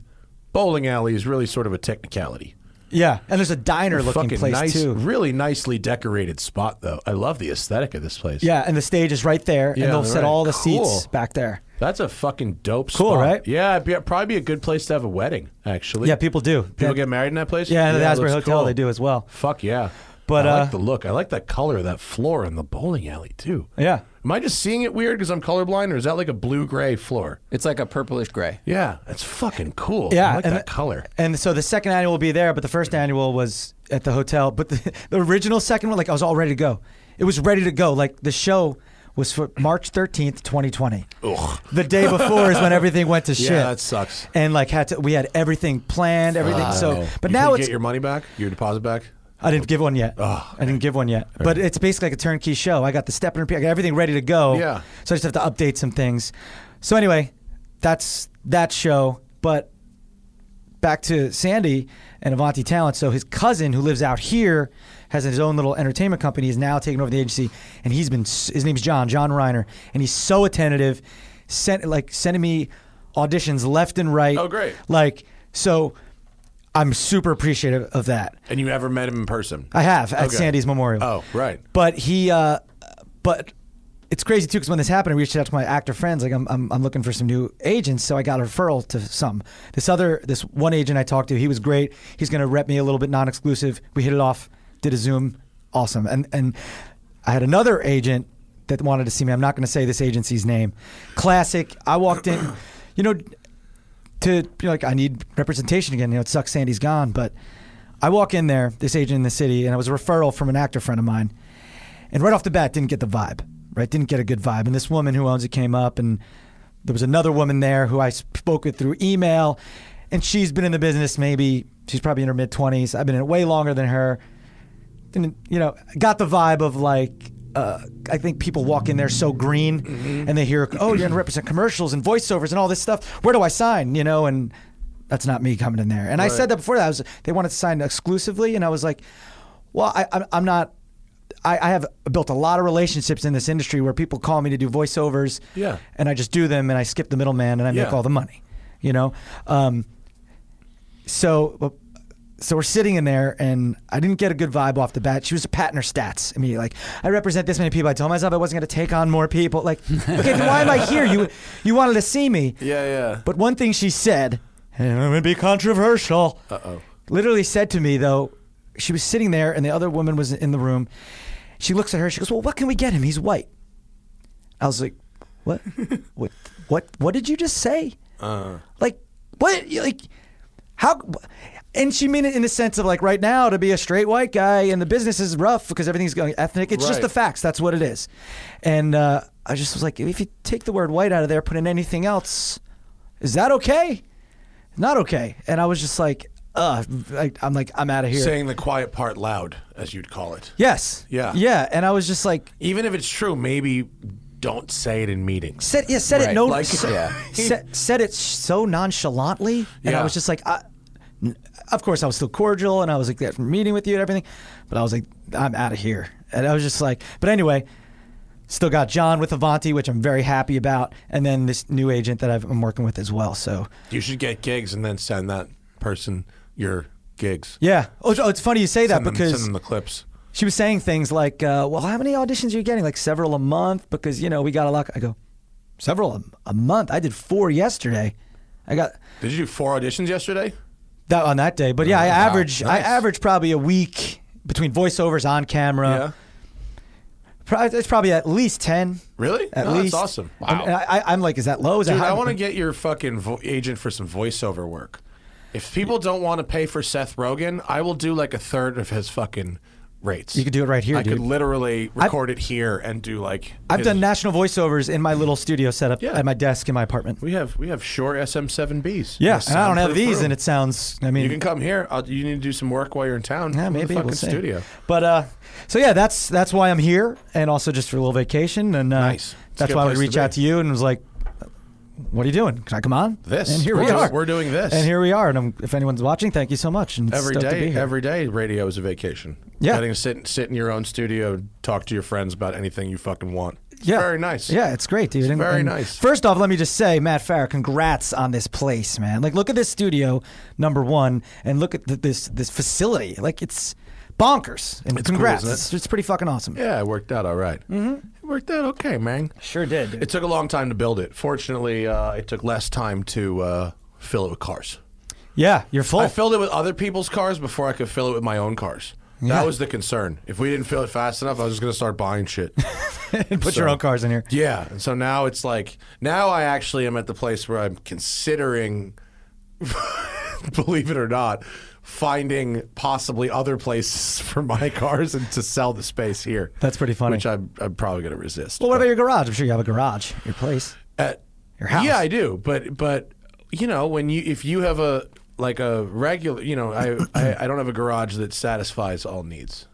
S1: bowling alley is really sort of a technicality.
S2: Yeah, and there's a diner looking
S1: Fucking
S2: place
S1: nice,
S2: too.
S1: really nicely decorated spot though. I love the aesthetic of this place.
S2: Yeah, and the stage is right there,
S1: Yeah,
S2: and they'll
S1: they're
S2: set
S1: right.
S2: all the
S1: Cool.
S2: seats back there.
S1: That's a fucking dope
S2: Cool,
S1: spot.
S2: right?
S1: Yeah, it'd be, probably be a good place to have a wedding, actually.
S2: Yeah, people do.
S1: People
S2: Yeah.
S1: get married in that place?
S2: Yeah, and the
S1: it
S2: Asbury
S1: looks
S2: Hotel
S1: cool.
S2: they do as well.
S1: Fuck yeah.
S2: But,
S1: I
S2: uh,
S1: like the look. I like that color of that floor in the bowling alley, too.
S2: Yeah.
S1: Am I just seeing it weird because I'm colorblind, or is that like a blue gray floor?
S3: It's like a purplish gray.
S1: Yeah, that's fucking cool.
S2: Yeah,
S1: I like
S2: and
S1: that
S2: the-
S1: color.
S2: And so the second annual will be there, but the first annual was at the hotel. But the, the original second one, like I was all ready to go. It was ready to go. Like the show was for March 13th, 2020. Ugh. The day before is when everything went to shit.
S1: that sucks.
S2: And like had to, we had everything planned, everything. so,
S1: Uh,
S2: but
S1: You
S2: now
S1: couldn't
S2: it's
S1: get your money back, your deposit back.
S2: I didn't give one yet.
S1: Ah,
S2: I didn't give one yet. But it's basically like a turnkey show. I got the step and repeat. I got everything ready to go.
S1: Yeah.
S2: So I just have to update some things. So anyway, that's that show. But back to Sandy and Avanti Talent. So his cousin, who lives out here, has his own little entertainment company. He's now taken over the agency, and he's been. s- His name's John John Reiner, and he's so attentive, sent like sending me auditions left and right.
S1: Oh, great.
S2: Like so, I'm super appreciative of that.
S1: And you ever met him in person?
S2: I have at
S1: Okay.
S2: Sandy's memorial.
S1: Oh, right.
S2: But he, uh, but it's crazy too because when this happened, I reached out to my actor friends. Like I'm, I'm, I'm looking for some new agents, so I got a referral to some. This other, this one agent I talked to, he was great. He's going to rep me a little bit non-exclusive. We hit it off. Did a Zoom, awesome. And and I had another agent that wanted to see me. I'm not going to say this agency's name. Classic. I walked in. You know, to be like, I need representation again. You know, it sucks Sandy's gone, but I walk in there, this agent in the city, and it was a referral from an actor friend of mine. And right off the bat, didn't get the vibe, right? Didn't get a good vibe. And this woman who owns it came up, and there was another woman there who I spoke with through email, and she's been in the business maybe, she's probably in her mid 20s. I've been in it way longer than her. And, you know, got the vibe of like, uh, I think people walk in there so green
S1: Mm-hmm.
S2: and they hear, oh, you're going to represent commercials and voiceovers and all this stuff. Where do I sign? You know, and that's not me coming in there. And I said that before that. I was, they wanted to sign exclusively. And I was like, well, I, I'm, I'm not. I, I have built a lot of relationships in this industry where people call me to do voiceovers,
S1: Yeah.
S2: and I just do them, and I skip the middleman, and I
S1: Yeah.
S2: make all the money, you know. Um, so uh, so we're sitting in there and I didn't get a good vibe off the bat. She was patting her stats immediately. Like, I represent this many people. I told myself I wasn't gonna take on more people. Like, okay, then why am I here? You you wanted to see me.
S1: Yeah, yeah.
S2: But one thing she said, and I'm gonna be controversial. Uh oh. Literally said to me though, she was sitting there and the other woman was in the room. She looks at her. She goes, "Well, what can we get him? He's white." I was like, "What? what? What? What did you just say?
S1: Uh-huh.
S2: Like, what? Like, how?" And she meant it in the sense of like right now to be a straight white guy and the business is rough because everything's going ethnic. It's just
S1: Right.
S2: the facts. That's what it is. And uh, I just was like, if you take the word white out of there, put in anything else, is that okay? Not okay. And I was just like, uh, I, I'm like, I'm out of here.
S1: Saying the quiet part loud, as you'd call it.
S2: yes.
S1: Yeah.
S2: Yeah. And I was just like,
S1: Even if it's true, maybe don't say it in meetings.
S2: said yeah, said
S1: Right,
S2: it no,
S1: like-
S2: sa-
S1: yeah.
S2: said, said it so nonchalantly, and
S1: Yeah.
S2: I was just like, I, n- of course I was still cordial, and I was like, that meeting with you and everything, but I was like, I'm out of here, and I was just like, but anyway, still got John with Avanti, which I'm very happy about, and then this new agent that I've, I'm working with as well. So
S1: You should get gigs and then send that person your gigs.
S2: yeah, oh, so it's funny you say that
S1: Send them-
S2: because
S1: send them the clips.
S2: she was saying things like, uh, "Well, how many auditions are you getting? Like several a month? Because you know we got a lot." I go, "Several a, a month? I did four yesterday. I got
S1: Did you do four auditions yesterday?
S2: that on that day, but yeah, I
S1: wow.
S2: average
S1: Nice.
S2: I average probably a week between voiceovers on camera. Pro- It's probably at least ten.
S1: Really?
S2: At
S1: No, that's
S2: least
S1: awesome.
S2: And- and I, I, am like, is that low? Is that
S1: Dude,
S2: high?
S1: I want to get your fucking vo- agent for some voiceover work. If people don't want to pay for Seth Rogen, I will do like a third of his fucking rates.
S2: You could do it right here,
S1: I could
S2: dude.
S1: literally record it here and do like.
S2: I've
S1: his-
S2: done national voiceovers in my little studio setup
S1: Yeah.
S2: at my desk in my apartment.
S1: We have we have Shure SM7Bs.
S2: Yes,
S1: In a
S2: and I don't have
S1: soundproof
S2: these,
S1: room.
S2: and it sounds. I mean,
S1: You can come here. I'll, you need to do some work while you're in town.
S2: Yeah,
S1: Come to
S2: maybe
S1: the fucking
S2: we'll see.
S1: studio.
S2: But uh, so yeah, that's that's why I'm here, and also just for a little vacation, and uh,
S1: Nice. It's a
S2: that's
S1: good
S2: why I would
S1: place to
S2: reach out
S1: be.
S2: to you and was like, "What are you doing? Can I come on?"
S1: This.
S2: and here
S1: We're
S2: we
S1: doing-
S2: are.
S1: we're doing this.
S2: and here we are. And I'm, if anyone's watching, thank you so much. And it's
S1: Every
S2: stoked to be
S1: day,
S2: here.
S1: every day, radio is a vacation.
S2: Yeah.
S1: getting to sit sit in your own studio, and talk to your friends about anything you fucking want. It's
S2: yeah,
S1: very nice.
S2: Yeah, it's great, dude. And-
S1: very
S2: and
S1: nice.
S2: First off, let me just say, Matt Farah, congrats on this place, man. Like, look at this studio, number one, and look at the, this this facility. Like, it's bonkers. And
S1: It's cool,
S2: congrats,
S1: isn't it?
S2: it's, it's pretty fucking awesome.
S1: yeah, it worked out all right. Mm-hmm. It worked out okay, man.
S2: Sure did. Dude.
S1: It took a long time to build it. Fortunately, uh, it took less time to uh, fill it with cars.
S2: Yeah, you're full.
S1: I filled it with other people's cars before I could fill it with my own cars.
S2: Yeah.
S1: That was the concern. If we didn't fill it fast enough, I was just going to start buying shit.
S2: Put your
S1: so-
S2: own cars in here.
S1: yeah. And so now it's like, now I actually am at the place where I'm considering, believe it or not, finding possibly other places for my cars and to sell the space here.
S2: That's pretty funny.
S1: Which I'm, I'm probably going to resist.
S2: Well, what about your garage? I'm sure you have a garage, your place.
S1: at
S2: Your house.
S1: Yeah, I do. But but you know when you if you have a like a regular, you know, I I, I don't have a garage that satisfies all needs.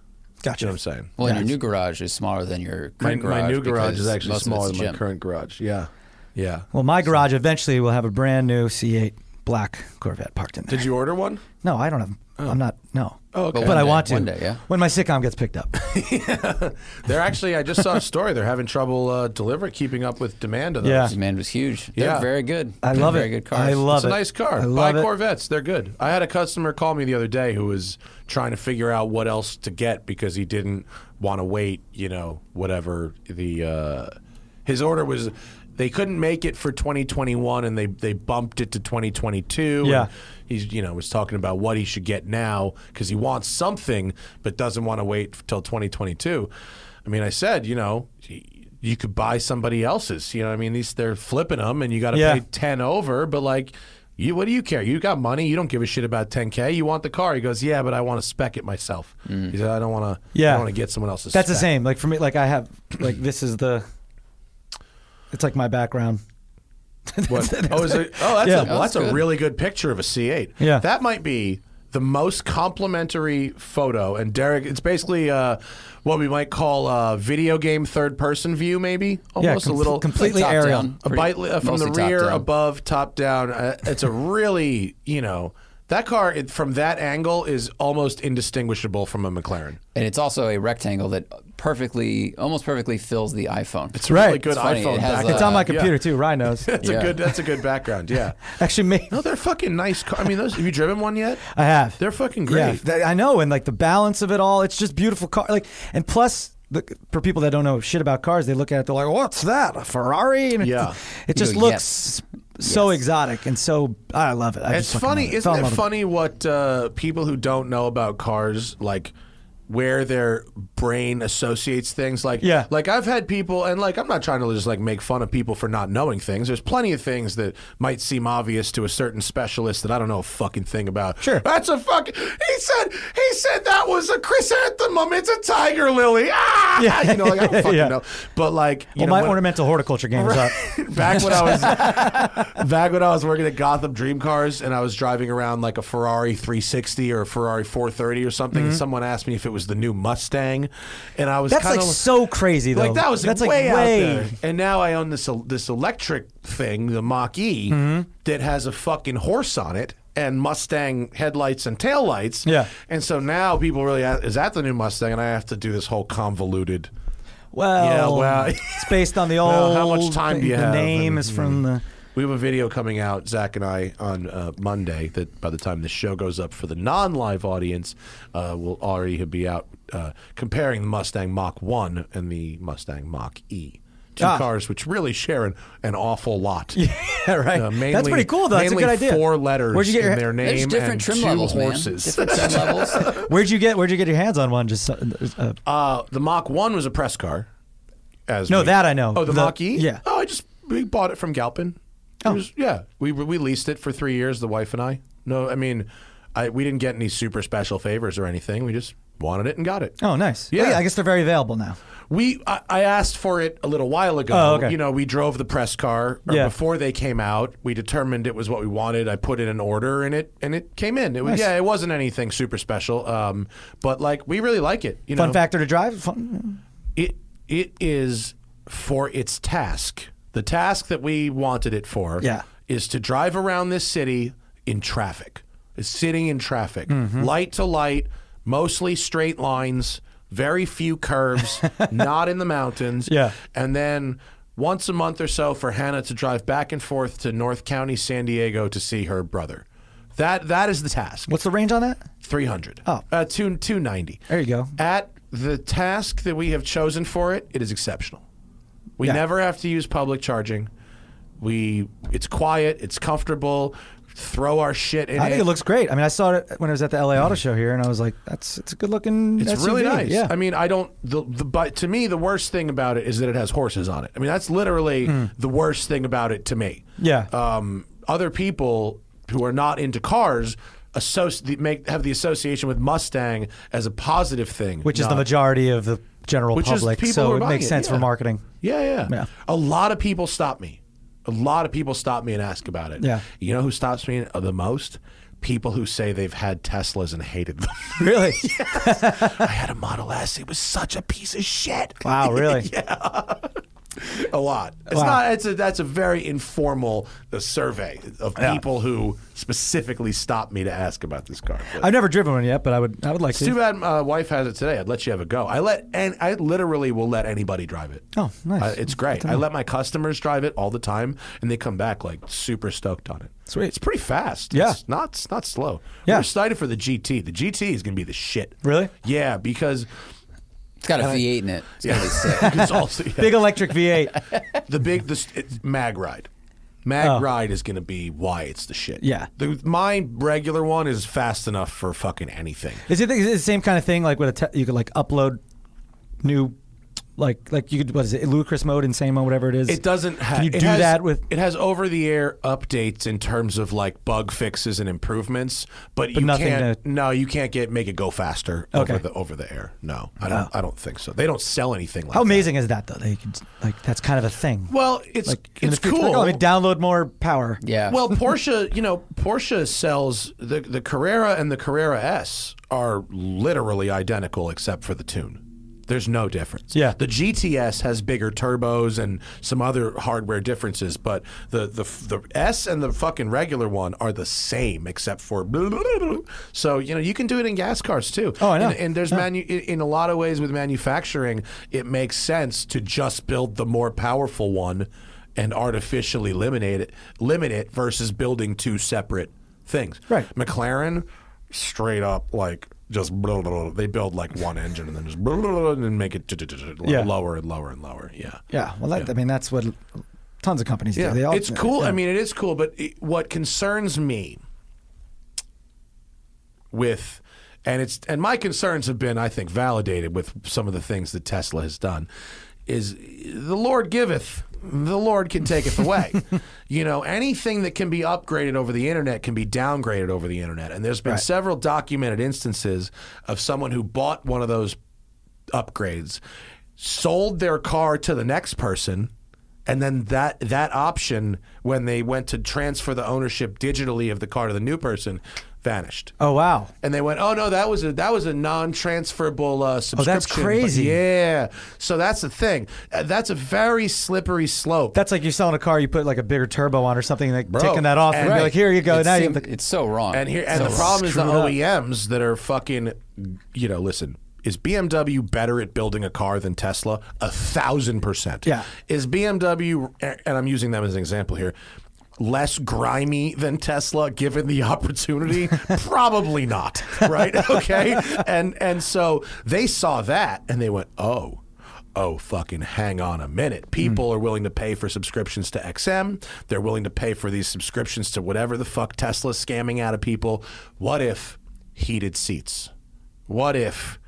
S2: Gotcha.
S1: You know what I'm saying?
S3: Well, and your new garage is smaller than your
S1: My,
S3: current garage.
S1: my new garage
S3: because
S1: is actually
S3: most of
S1: smaller
S3: it's
S1: than my
S3: gym.
S1: current garage. Yeah, yeah.
S2: Well, my garage eventually will have a brand new C8 black Corvette parked in there.
S1: Did you order one?
S2: No, I don't have. I'm not. No.
S1: Oh, okay.
S2: But I
S3: one
S2: want
S3: day-
S2: to.
S3: one day, yeah.
S2: When my sitcom gets picked up.
S1: They're actually. I just saw a story. They're having trouble uh, delivering, keeping up with demand of those.
S2: Yeah.
S3: His man was huge. They're
S1: Yeah.
S3: very good.
S2: I
S3: They're
S2: love
S3: very
S2: it.
S3: good cars.
S2: I love
S1: It's a
S2: it.
S1: nice car.
S2: I love
S1: Buy
S2: it.
S1: Corvettes. They're good. I had a customer call me the other day who was trying to figure out what else to get because he didn't want to wait, you know, whatever the uh, his order was they couldn't make it for 2021 and they they bumped it to 2022.
S2: Yeah.
S1: And He's you know was talking about what he should get now because he wants something but doesn't want to wait till 2022. I mean, I said you know you could buy somebody else's. You know, what I mean these they're flipping them and you got to
S2: Yeah.
S1: pay 10 over, but like, you, what do you care? You got money. You don't give a shit about 10K. You want the car. He goes, yeah, but I want to spec it myself. He said, I don't want to,
S2: Yeah.
S1: I want to get someone else's.
S2: That's the
S1: spec.
S2: same. Like for me, like I have, like this is the. It's like my background.
S1: What- oh, is it, oh, that's,
S2: Yeah.
S1: a, well, that's,
S3: That's
S1: a
S3: good.
S1: really good picture of a C8.
S2: Yeah.
S1: That might be the most complimentary photo. And Derek, it's basically uh, what we might call a video game third person view, maybe.
S2: Yeah,
S1: Almost
S2: com-
S1: a little
S2: completely
S3: Like top
S2: aerial.
S3: down.
S1: a
S3: Pretty-
S1: bite li- uh, from the
S3: mostly top
S1: rear,
S3: down.
S1: above, top down. Uh, it's a really, you know, that car it, from that angle is almost indistinguishable from a McLaren.
S3: And it's also a rectangle that perfectly, almost perfectly fills the iPhone.
S1: It's a really
S2: Right.
S1: good
S3: It's funny,
S1: iPhone.
S3: it has
S1: background.
S3: a-
S2: It's on my
S1: Yeah.
S2: computer too. Ryan knows.
S1: That's a
S3: Yeah.
S1: good. That's a good background. Yeah.
S2: Actually, me.
S1: No, they're fucking nice. Car. I mean, those. Have you driven one yet?
S2: I have.
S1: They're fucking great.
S2: Yeah, th- I know, and like the balance of it all, it's just beautiful car. Like, and plus, the, for people that don't know shit about cars, they look at it, they're like, "What's that? A Ferrari?" And it-
S1: Yeah.
S2: it just
S3: go,
S2: looks so exotic and so I love it. I
S1: It's
S2: just fucking
S1: funny,
S2: love
S1: is
S2: Fell
S1: isn't
S2: in
S1: it
S2: love with
S1: funny what uh, people who don't know about cars like where their brain associates things like
S2: Yeah.
S1: like I've had people and like I'm not trying to just like make fun of people for not knowing things. There's plenty of things that might seem obvious to a certain specialist that I don't know a fucking thing about.
S2: Sure.
S1: That's a fucking he said he said that was a chrysanthemum, it's a tiger lily. Ah
S2: Yeah.
S1: you know, like I don't fucking
S2: Yeah.
S1: know. But like you
S2: Well,
S1: know,
S2: my
S1: when-
S2: ornamental horticulture game is up.
S1: back when I was back when I was working at Gotham Dream Cars and I was driving around like a Ferrari 360 or a Ferrari 430 or something, and someone asked me if it was the new Mustang, and I was
S2: Mm-hmm. That's like
S1: kinda,
S2: so crazy though.
S1: like that was
S2: that's
S1: like way,
S2: like
S1: out there. And now I own this el- this electric thing, the Mach E,
S2: Mm-hmm.
S1: that has a fucking horse on it and Mustang headlights and taillights.
S2: Yeah.
S1: And so now people really ask, is that the new Mustang? And I have to do this whole convoluted.
S2: Well,
S1: Yeah, well-
S2: it's based on the old.
S1: Well, how much time
S2: thing.
S1: do you
S2: the
S1: have?
S2: name
S1: And-
S2: is from the.
S1: We have a video coming out, Zach and I, on uh, Monday. That by the time the show goes up for the non-live audience, uh, will already be out uh, comparing the Mustang Mach One and the Mustang Mach E, two
S2: Ah.
S1: cars which really share an, an awful lot.
S2: Yeah, right.
S1: Uh,
S2: that's
S1: mainly-
S2: pretty cool though. That's a
S1: mainly
S2: good idea.
S1: Four letters
S2: Where'd you get
S1: in
S2: your-
S1: their name
S3: There's
S1: and
S3: different trim
S1: two
S3: levels,
S1: horses.
S3: man. Different trim levels.
S2: Where'd you get Where'd you get your hands on one? Just uh, uh,
S1: Uh, the Mach One was a press car. As
S2: No,
S1: we-
S2: that I know.
S1: Oh, the,
S2: The-
S1: Mach E.
S2: yeah. Oh.
S1: Oh, I just we bought it from Galpin. It was- yeah, we we leased it for three years. The wife and I. No, I mean, I we didn't get any super special favors or anything. We just wanted it and got it.
S2: oh, nice.
S1: Yeah.
S2: I guess they're very available now.
S1: We I, I asked for it a little while ago.
S2: Oh, okay.
S1: You know, we drove the press car or
S2: Yeah.
S1: before they came out. We determined it was what we wanted. I put in an order and it and it came in. It was yeah, it wasn't anything super special. Um, but like we really like it. You
S2: Fun
S1: know,
S2: factor to drive. Fun.
S1: it it is for its task. The task that we wanted it for
S2: Yeah.
S1: is to drive around this city in traffic. Is sitting in traffic,
S2: Mm-hmm.
S1: light to light, mostly straight lines, very few curves, not in the mountains.
S2: Yeah.
S1: And then once a month or so for Hannah to drive back and forth to North County, San Diego to see her brother. That that is the task.
S2: What's the range on that?
S1: 300.
S2: Oh.
S1: Uh, two, 290.
S2: There you go.
S1: At the task that we have chosen for it, it is exceptional. We
S2: Yeah.
S1: never have to use public charging. We It's quiet, it's comfortable. Throw our shit in
S2: I think
S1: it
S2: it looks great. I mean, I saw it when I was at the LA Auto Show here, and I was like, "That's it's a good looking.
S1: It's really nice.
S2: Yeah,
S1: I mean, I don't. The, the but to me, the worst thing about it is that it has horses on it. I mean, that's literally the worst thing about it to me.
S2: Hmm. Yeah.
S1: Um, other people who are not into cars associate make have the association with Mustang as a positive thing,
S2: which is the
S1: not-
S2: majority of the general
S1: Which is
S2: public,
S1: people who
S2: so
S1: are
S2: it
S1: buying
S2: makes
S1: it,
S2: sense
S1: yeah.
S2: for marketing.
S1: Yeah, yeah,
S2: Yeah.
S1: A lot of people stop me. A lot of people stop me and ask about it.
S2: Yeah.
S1: You know who stops me the most? People who say they've had Teslas and hated them.
S2: Really?
S1: I had a Model S. It was such a piece of shit.
S2: Wow, really?
S1: a lot. It's
S2: Wow.
S1: not. It's a that's a very informal uh, survey of
S4: Yeah.
S1: people who specifically stopped me to ask about this car. But-
S2: I've never driven one yet, but I would I would like
S1: it's too bad my wife has it today. I'd let you have a go. I let and I literally will let anybody drive it.
S2: Oh, nice.
S1: Uh, it's great. I let my customers drive it all the time, and they come back like super stoked on it.
S2: Sweet.
S1: It's pretty fast.
S2: Yeah.
S1: It's not it's not slow.
S2: Yeah.
S1: We're excited for the GT. The GT is gonna be the shit.
S2: Really?
S1: Yeah, because
S3: It's got a V8 in it. It's
S1: yeah,
S3: gonna be sick.
S1: it's also yeah.
S2: Big electric V8.
S1: the big the it's mag ride. Mag
S2: Oh.
S1: ride is gonna be why it's the shit.
S2: Yeah.
S1: The, my regular one is fast enough for fucking anything.
S2: Is it, the, is it the same kind of thing? Like with a te- you could like upload new, like like you could what is it ludicrous mode, insane mode, whatever it is.
S1: It doesn't. Ha-
S2: Can you
S1: it
S2: do
S1: has-
S2: that with?
S1: It has over-the-air updates in terms of like bug fixes and improvements, but, you
S2: nothing
S1: can't.
S2: to-
S1: No, you can't get make it go faster over
S2: Okay.
S1: the over the air. No, I don't. I don't think so. They don't sell anything like
S2: How
S1: that.
S2: amazing is that though? That you can, like that's kind of a thing.
S1: Well, it's
S2: like in
S1: it's
S2: the future,
S1: cool.
S2: like, oh, let me download more power.
S3: Yeah.
S1: Well, Porsche, you know, Porsche sells the the Carrera and the Carrera S are literally identical except for the tune. There's no difference.
S2: Yeah.
S1: The GTS has bigger turbos and some other hardware differences, but the the the S and the fucking regular one are the same except for. So you know you can do it in gas cars too.
S2: Oh, I know.
S1: And, and there's manu- in in a lot of ways with manufacturing, it makes sense to just build the more powerful one and artificially eliminate it, limit it versus building two separate things.
S2: Right.
S1: McLaren, straight up like just blah, blah, blah. they build like one engine and then just blah, blah, blah, and then make it
S2: Yeah.
S1: lower and lower and lower. Yeah.
S2: Yeah. Well, that, I mean that's what tons of companies do. They all,
S1: it's cool. I mean, it is cool, but it, what concerns me with and it's and my concerns have been, I think, validated with some of the things that Tesla has done. Is the Lord giveth, the Lord can taketh away. you know, anything that can be upgraded over the internet can be downgraded over the internet. And there's been
S2: Right.
S1: several documented instances of someone who bought one of those upgrades, sold their car to the next person, and then that that option when they went to transfer the ownership digitally of the car to the new person vanished.
S2: Oh wow.
S1: And they went, oh no, that was a that was a non-transferable uh, subscription. But
S2: Oh, crazy.
S1: yeah. So that's the thing. Uh, That's a very slippery slope.
S2: That's like you're selling a car, you put like a bigger turbo on or something, like
S1: Bro,
S2: taking that off, and,
S1: and-
S2: you're like, here you go.
S3: It
S2: now you
S3: seem-
S2: have the,
S3: it's so wrong.
S1: And here, and
S3: So
S1: the
S3: wrong.
S1: problem is the
S2: screwed up.
S1: OEMs that are fucking, you know, listen. Is BMW better at building a car than Tesla? A thousand percent.
S2: Yeah.
S1: Is BMW, and I'm using them as an example here, less grimy than Tesla given the opportunity? Probably not. Right? Okay. and and so they saw that and they went, oh. Oh, fucking hang on a minute. People are willing to pay for subscriptions to XM. They're willing to pay for these subscriptions to whatever the fuck Tesla's scamming out of people. What if heated seats? What if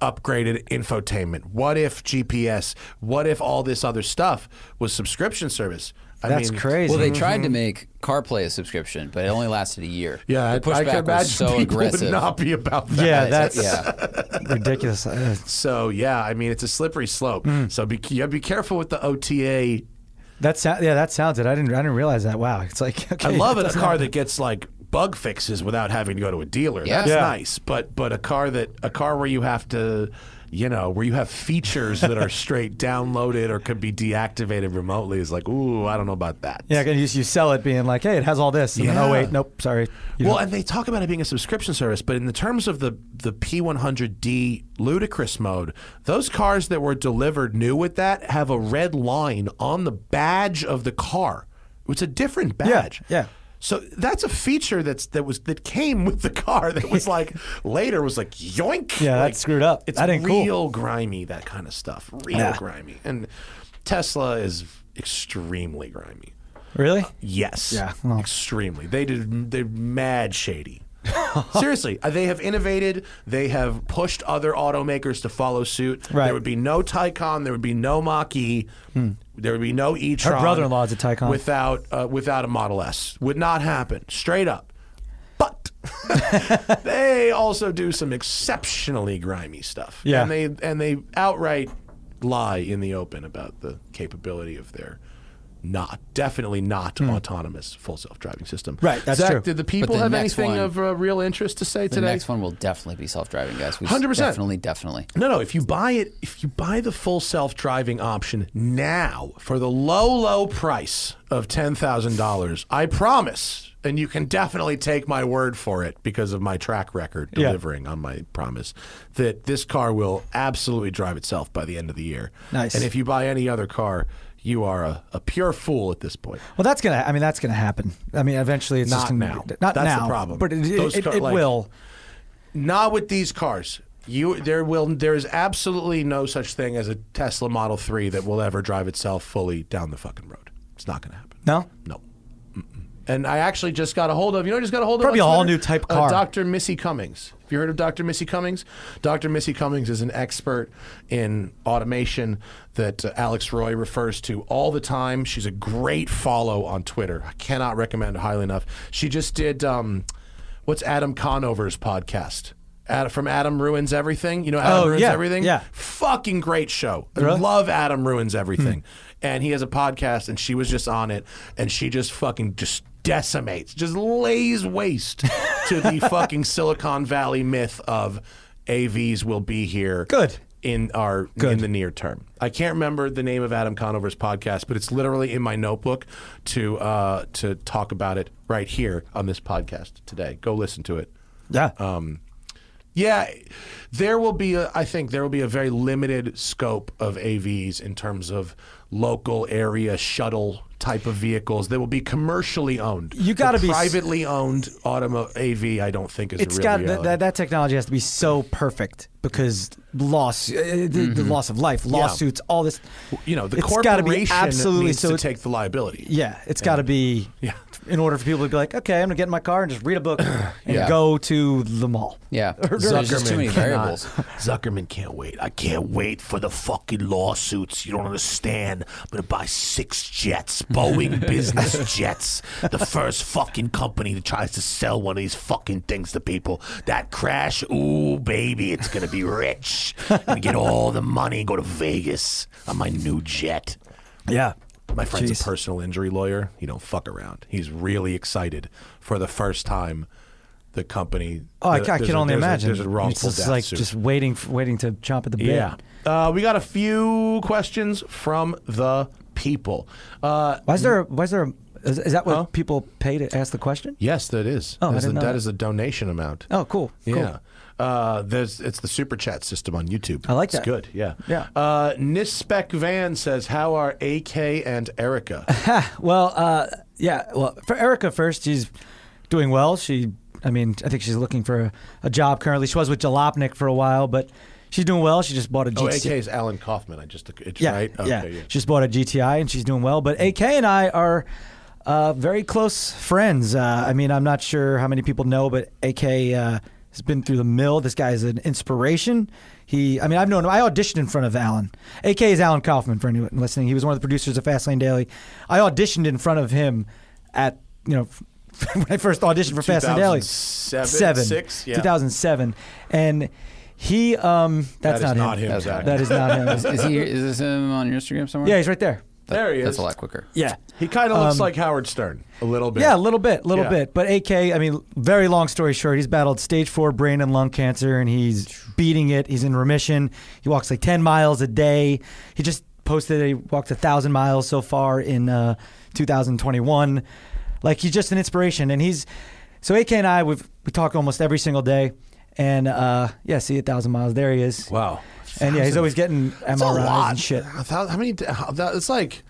S1: upgraded infotainment? What if GPS? What if all this other stuff was subscription service? I
S2: that's
S1: mean,
S2: crazy.
S3: Well, they tried to make CarPlay a subscription, but it only lasted a year.
S1: Mm-hmm. Yeah,
S3: the
S1: I, I can
S3: pushback
S1: imagine
S3: was so
S1: people
S3: aggressive.
S1: would not be about that.
S2: yeah, that's
S3: yeah.
S2: ridiculous. Uh,
S1: So yeah, I mean it's a slippery slope.
S2: Hmm.
S1: So be yeah, be careful with the OTA.
S2: That sound, yeah, that sounds it. I didn't, I didn't realize that. Wow, it's like okay,
S1: I love it, a car that gets like bug fixes without having to go to a dealer.
S3: Yeah.
S1: That's
S3: Yeah.
S1: nice. But but a car that a car where you have to you know, where you have features that are straight downloaded or could be deactivated remotely is like, ooh, I don't know about that.
S2: Yeah, you, you sell it being like, hey, it has all this, and then oh
S1: Yeah.
S2: wait, nope, sorry. You
S1: well,
S2: don't-
S1: and they talk about it being a subscription service, but in the terms of the the P100D ludicrous mode, those cars that were delivered new with that have a red line on the badge of the car. It's a different badge.
S2: yeah.
S1: So that's a feature that's that was that came with the car that was like later was like yoink.
S2: Yeah,
S1: like,
S2: that's screwed up.
S1: It's
S2: That ain't cool.
S1: real grimy that kind of stuff. Real
S2: Yeah.
S1: grimy. And Tesla is extremely grimy.
S2: really?
S1: Yes.
S2: Yeah, well.
S1: Extremely. They did. They're mad shady. Seriously, uh, they have innovated. They have pushed other automakers to follow suit.
S2: Right. Hmm.
S1: There would be no Taycan. There would be no Mach E. There would be no e-tron.
S2: brother-in-law is a Taycan.
S1: Without uh, without a Model S, would not happen. Straight up. But they also do some exceptionally grimy stuff.
S2: Yeah.
S1: And they and they outright lie in the open about the capability of their not definitely not autonomous full self driving system.
S2: Hmm. Right, that's
S1: Zach,
S2: true.
S1: Did the people
S3: the
S1: have
S3: next
S1: anything
S3: one-
S1: of uh, real interest to say
S3: The
S1: today?
S3: next one will definitely be self-driving, guys. We
S1: 100%.
S3: Definitely, definitely.
S1: No, no. If you buy it, if you buy the full self-driving option now for the low, low price of ten thousand dollars, I promise, and you can definitely take my word for it because of my track record
S2: Yeah.
S1: delivering on my promise that this car will absolutely drive itself by the end of the year.
S2: Nice.
S1: And if you buy any other car, you are a, a pure fool at this point.
S2: Well, that's gonna. I mean, that's gonna happen. I mean, eventually, it's
S1: Not
S2: just gonna,
S1: now.
S2: Not
S1: That's the
S2: now.
S1: problem.
S2: But it,
S1: Those
S2: it, it,
S1: cut,
S2: it
S1: like-
S2: will.
S1: Not with these cars. You there will there is absolutely no such thing as a Tesla Model 3 that will ever drive itself fully down the fucking road. It's not going to happen.
S2: No.
S1: No. Mm-mm. And I actually just got a hold of you know I just got a hold of
S2: Probably
S1: on
S2: a whole
S1: Twitter?
S2: new type
S1: Uh,
S2: car.
S1: Dr. Missy Cummings. Have you heard of Dr. Missy Cummings? Dr. Missy Cummings is an expert in automation that uh, Alex Roy refers to all the time. She's a great follow on Twitter. I cannot recommend her highly enough. She just did um, what's Adam Conover's podcast. Ad, from Adam ruins everything, you know. Adam
S2: Oh,
S1: ruins
S2: yeah,
S1: everything.
S2: yeah.
S1: fucking great show. I love Adam ruins everything, and he has a podcast, and she was just on it, and she just fucking just decimates, just lays waste to the fucking Silicon Valley myth of AVs will be here.
S2: Good.
S1: In our in the near term, I can't remember the name of Adam Conover's podcast, but it's literally in my notebook to uh, to talk about it right here on this podcast today. Go listen to it.
S2: Yeah.
S1: um, Yeah, there will be. A, I think there will be a very limited scope of AVs in terms of local area shuttle type of vehicles. They will be commercially owned.
S2: You gotta
S1: The
S2: be s-
S1: privately owned automo AV. I don't think is
S2: it's
S1: a real
S2: got
S1: reality.
S2: that, that technology has to be so perfect because loss, uh, the, the loss of life, lawsuits, all this.
S1: Mm-hmm. you know, the
S2: it's gotta
S1: corporation
S2: be absolutely
S1: needs
S2: so
S1: to
S2: it-
S1: take the liability.
S2: Yeah, it's got to be.
S1: Yeah.
S2: In order for people to be like, okay, I'm gonna get in my car and just read a book and
S3: Yeah.
S2: go to the mall.
S3: Yeah. There's just too many
S1: cannot-
S3: variables.
S1: Zuckerman can't wait. I can't wait for the fucking lawsuits. You don't understand. I'm gonna buy six jets, Boeing business jets. The first fucking company that tries to sell one of these fucking things to people. That crash, ooh baby, it's gonna be rich. I'm gonna get all the money and go to Vegas on my new jet.
S2: Yeah.
S1: My friend's
S2: Jeez.
S1: a personal injury lawyer. He don't fuck around. He's really excited for the first time. The company.
S2: Oh, I,
S1: the-
S2: I
S1: there's
S2: can
S1: a-
S2: only
S1: there's a-
S2: imagine.
S1: there's a wrongful
S2: it's just
S1: death
S2: like
S1: suit.
S2: just waiting, for, waiting to chomp at the bit.
S1: Yeah. Uh, we got a few questions from the people. Uh,
S2: Why is there? A, why is there? A, is, is that what people pay to ask the question?
S1: yes, that is.
S2: Oh, I
S1: That's
S2: didn't
S1: the-
S2: know
S1: that
S2: that.
S1: is a donation amount.
S2: Oh, cool. cool.
S1: Yeah. Uh, there's it's the super chat system on YouTube.
S2: I like
S1: it's
S2: that.
S1: good. Yeah.
S2: Yeah.
S1: Uh, Nispec Van says, "How are AK and Erica?"
S2: Well, uh, yeah. Well, for Erica first, she's doing well. She, I mean, I think she's looking for a, a job currently. She was with Jalopnik for a while, but she's doing well. She just bought a
S1: oh,
S2: GTI.
S1: AK is Alan Kaufman. I just it's
S2: yeah,
S1: right.
S2: yeah. She just bought a GTI and she's doing well. But AK and I are uh, very close friends. Uh, I mean, I'm not sure how many people know, but AK uh, has been through the mill. This guy is an inspiration. He, I mean, I've known him. I auditioned in front of Alan. AK is Alan Kaufman for anyone listening. He was one of the producers of Fastlane Daily. I auditioned in front of him at you know. when I first auditioned for Fastlane Daily,
S1: 2007,
S2: seven,
S1: six? Yeah.
S2: 2007, and he, um, that's
S1: That is
S2: not,
S1: not him,
S3: That's
S1: Zach.
S3: not
S2: That is not him.
S3: Is he? Is this him on your Instagram somewhere?
S2: Yeah, he's right there.
S1: there he is.
S3: That's a lot quicker.
S2: Yeah. Um,
S1: He kind of looks like Howard Stern a little bit.
S2: Yeah, a little bit, little
S1: Yeah.
S2: bit. But AK, I mean, very long story short, he's battled stage four brain and lung cancer, and he's beating it. He's in remission. He walks like ten miles a day. He just posted that he walked a thousand miles so far in uh, 2021. Like he's just an inspiration, and he's so AK and I we've, we talk almost every single day. And uh, yeah, see a thousand miles. There he is.
S1: Wow.
S2: And yeah, he's
S1: Thousand-
S2: always getting
S1: That's a
S2: MRIs
S1: lot.
S2: and shit.
S1: How, how how many? How, that, it's like,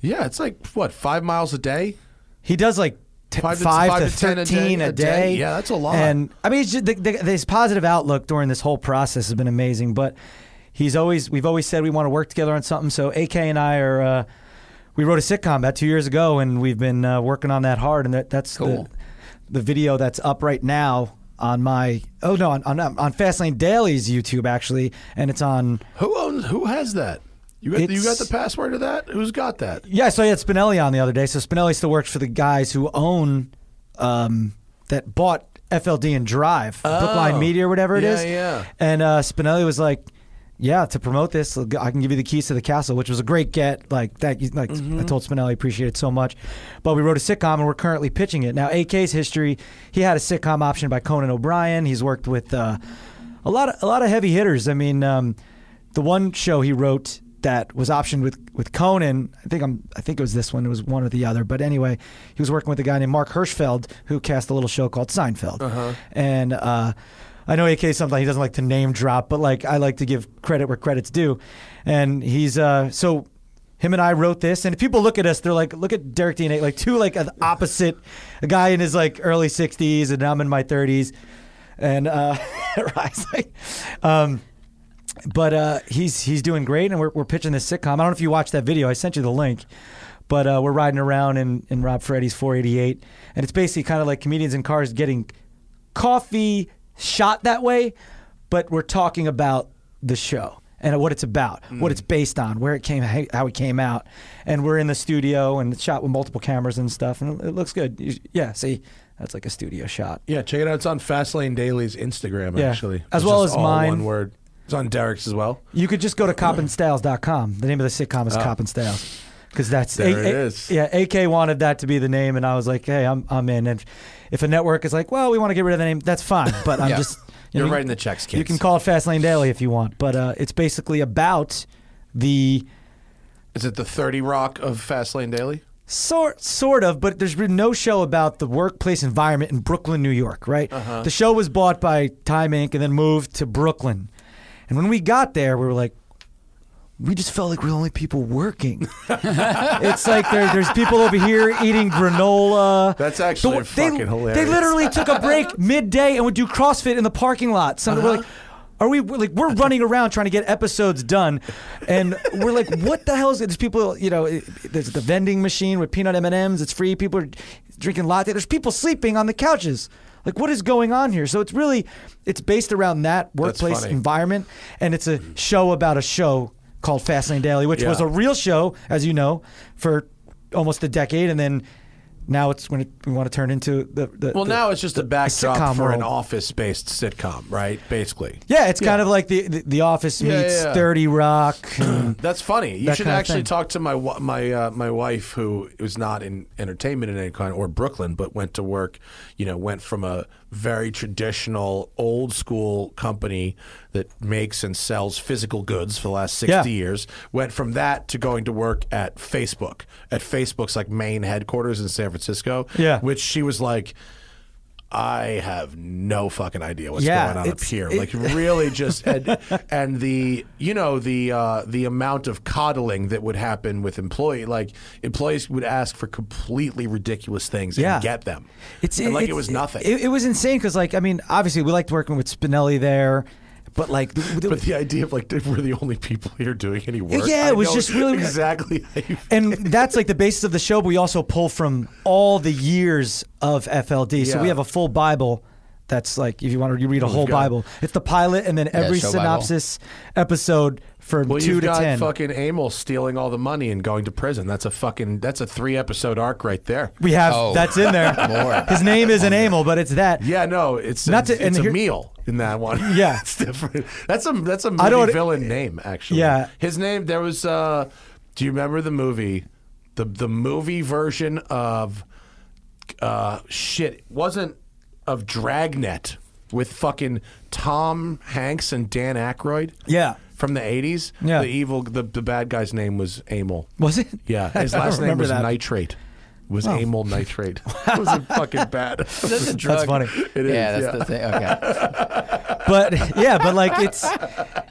S1: yeah, it's like what five miles a day.
S2: He does like t-
S1: Five
S2: five,
S1: to- five
S2: to,
S1: to 10 a day-
S2: thirteen
S1: a
S2: a
S1: day.
S2: day.
S1: Yeah, that's a lot.
S2: And I mean, it's just, the, the, his positive outlook during this whole process has been amazing. But he's always we've always said we want to work together on something. So AK and I are. Uh, we wrote a sitcom about two years ago, and we've been uh, working on that hard. And that, that's
S3: Cool.
S2: the, the video that's up right now on my oh no on on, on Fastlane Daily's YouTube actually, and it's on
S1: Who owns? Who has that? You got, you got
S2: It's-
S1: the password to that? Who's got that?
S2: Yeah, so I had Spinelli on the other day. So Spinelli still works for the guys who own um, that bought FLD and Drive, Brookline Media or whatever it
S1: Oh. Yeah,
S2: is.
S1: yeah.
S2: And uh, Spinelli was like, yeah, to promote this, I can give you the keys to the castle, which was a great get. Like that, like
S1: Mm-hmm.
S2: I told Spinelli, appreciate it so much. But we wrote a sitcom, and we're currently pitching it now. AK's history, he had a sitcom option by Conan O'Brien. He's worked with uh, a lot, of, a lot of heavy hitters. I mean, um, the one show he wrote that was optioned with with Conan. I think I'm. I think it was this one. It was one or the other. But anyway, he was working with a guy named Mark Hirschfeld who cast a little show called Seinfeld. And uh, I know AK sometimes he doesn't like to name drop, but like I like to give credit where credit's due. And he's uh, so him and I wrote this, and if people look at us, they're like, look at Derek DNA, like two like an opposite, a guy in his like early 60s, and I'm in my 30s, and uh, Rye's like, um, but uh, he's he's doing great, and we're, we're pitching this sitcom. I don't know if you watched that video. I sent you the link, but uh, we're riding around in in Rob Freddy's 488, and it's basically kind of like comedians in cars getting coffee shot that way, but we're talking about the show and what it's about, what it's based on, where it came, how it came out, and we're in the studio and it's shot with multiple cameras and stuff, and it looks good. You- Yeah, see, that's like a studio shot.
S1: Yeah, check it out. It's on Fastlane Daily's Instagram,
S2: Yeah.
S1: actually.
S2: As
S1: It's
S2: well
S1: just
S2: as
S1: all
S2: mine.
S1: One word. It's on Derek's as well.
S2: You could just go to copandstyles.com. The name of the sitcom is Cop and Styles. Because that's
S1: Ah. There
S2: A-
S1: it
S2: A-
S1: is.
S2: Yeah, AK wanted that to be the name, and I was like, "Hey, I'm I'm in." And if a network is like, "Well, we want to get rid of the name," that's fine. But I'm
S3: Yeah.
S2: just you
S1: You're
S2: know,
S1: writing the checks, kids.
S2: You can call it Fastlane Daily if you want, but uh, it's basically about the
S1: Is it the 30 Rock of Fastlane Daily?
S2: Sort, sort of, but there's been no show about the workplace environment in Brooklyn, New York, right?
S1: Uh-huh.
S2: The show was bought by Time Inc. and then moved to Brooklyn. And when we got there, we were like, we just felt like we're the only people working. it's like there, there's people over here eating granola.
S1: That's actually
S2: they,
S1: fucking
S2: They
S1: hilarious.
S2: literally took a break midday and would do CrossFit in the parking lot. So we're like, are we we're like we're running around trying to get episodes done, and we're like, what the hell is it? There's people, you know, it- there's the vending machine with peanut M and M's. It's free. People are drinking latte. There's people sleeping on the couches. Like, what is going on here? So it's really, it's based around that workplace
S1: funny.
S2: environment, and it's a show about a show called Fastlane Daily, which
S1: Yeah.
S2: was a real show, as you know, for almost a decade, and then now it's when it, we want to turn into the, the
S1: Well,
S2: the-
S1: now it's just a backdrop
S2: sitcom
S1: for an
S2: world.
S1: office-based sitcom, right? Basically.
S2: yeah, it's kind of like the the, the Office meets
S1: Yeah, yeah, yeah.
S2: Thirty Rock. and-
S1: That's funny. You
S2: That
S1: should
S2: kind of
S1: actually
S2: thing.
S1: talk to my wa- my uh, my wife, who was not in entertainment in any kind or Brooklyn, but went to work. You know, went from a very traditional, old school company that makes and sells physical goods for the last sixty
S2: Yeah.
S1: years. Went from that to going to work at Facebook, at Facebook's like main headquarters in San Francisco.
S2: Yeah.
S1: which she was like. I have no fucking idea what's
S2: Yeah,
S1: going on up
S2: it's-
S1: here.
S2: it-
S1: like really just and, and the you know the uh, the amount of coddling that would happen with employee like employees would ask for completely ridiculous things
S2: Yeah.
S1: and get them.
S2: It's
S1: And, like it
S2: it's-
S1: was nothing.
S2: It, it was insane because, like, I mean, obviously we liked working with Spinelli there, but like, th- th-
S1: but the idea of like if we're the only people here doing any work.
S2: Yeah, it
S1: I
S2: was
S1: know
S2: just really-
S1: exactly. how you-
S2: and that's like the basis of the show. But we also pull from all the years of FLD, so
S1: Yeah.
S2: we have a full Bible. That's like if you want to, you read a whole
S1: got-
S2: Bible. It's the pilot, and then every
S3: show Bible.
S2: synopsis episode from
S1: Well,
S2: two
S1: you've
S2: to
S1: got
S2: ten.
S1: fucking Amel stealing all the money and going to prison. That's a fucking that's a three episode arc right there.
S2: We have
S3: Oh.
S2: that's in there.
S3: Lord.
S2: His name isn't Amel, but it's that.
S1: Yeah, no, it's
S2: Not
S1: not
S2: to-
S1: it's,
S2: and
S1: a
S2: here-
S1: meal in that one.
S2: Yeah.
S1: it's different. That's a that's a movie
S2: I don't-
S1: villain name actually.
S2: Yeah.
S1: his name there was. uh Do you remember the movie, the the movie version of uh shit? It wasn't of Dragnet with fucking Tom Hanks and Dan Aykroyd.
S2: Yeah.
S1: from the eighties.
S2: Yeah.
S1: the evil the the bad guy's name was Amel.
S2: Was it?
S1: Yeah,
S2: I
S1: his
S2: don't
S1: last name
S2: remember
S1: was
S2: that. Oh.
S1: Nitrate. Was Amel Nitrate. it was fucking bad.
S3: That's a drug.
S2: funny.
S1: It is,
S3: yeah, that's
S1: yeah.
S3: the thing. Okay.
S2: But yeah, but like it's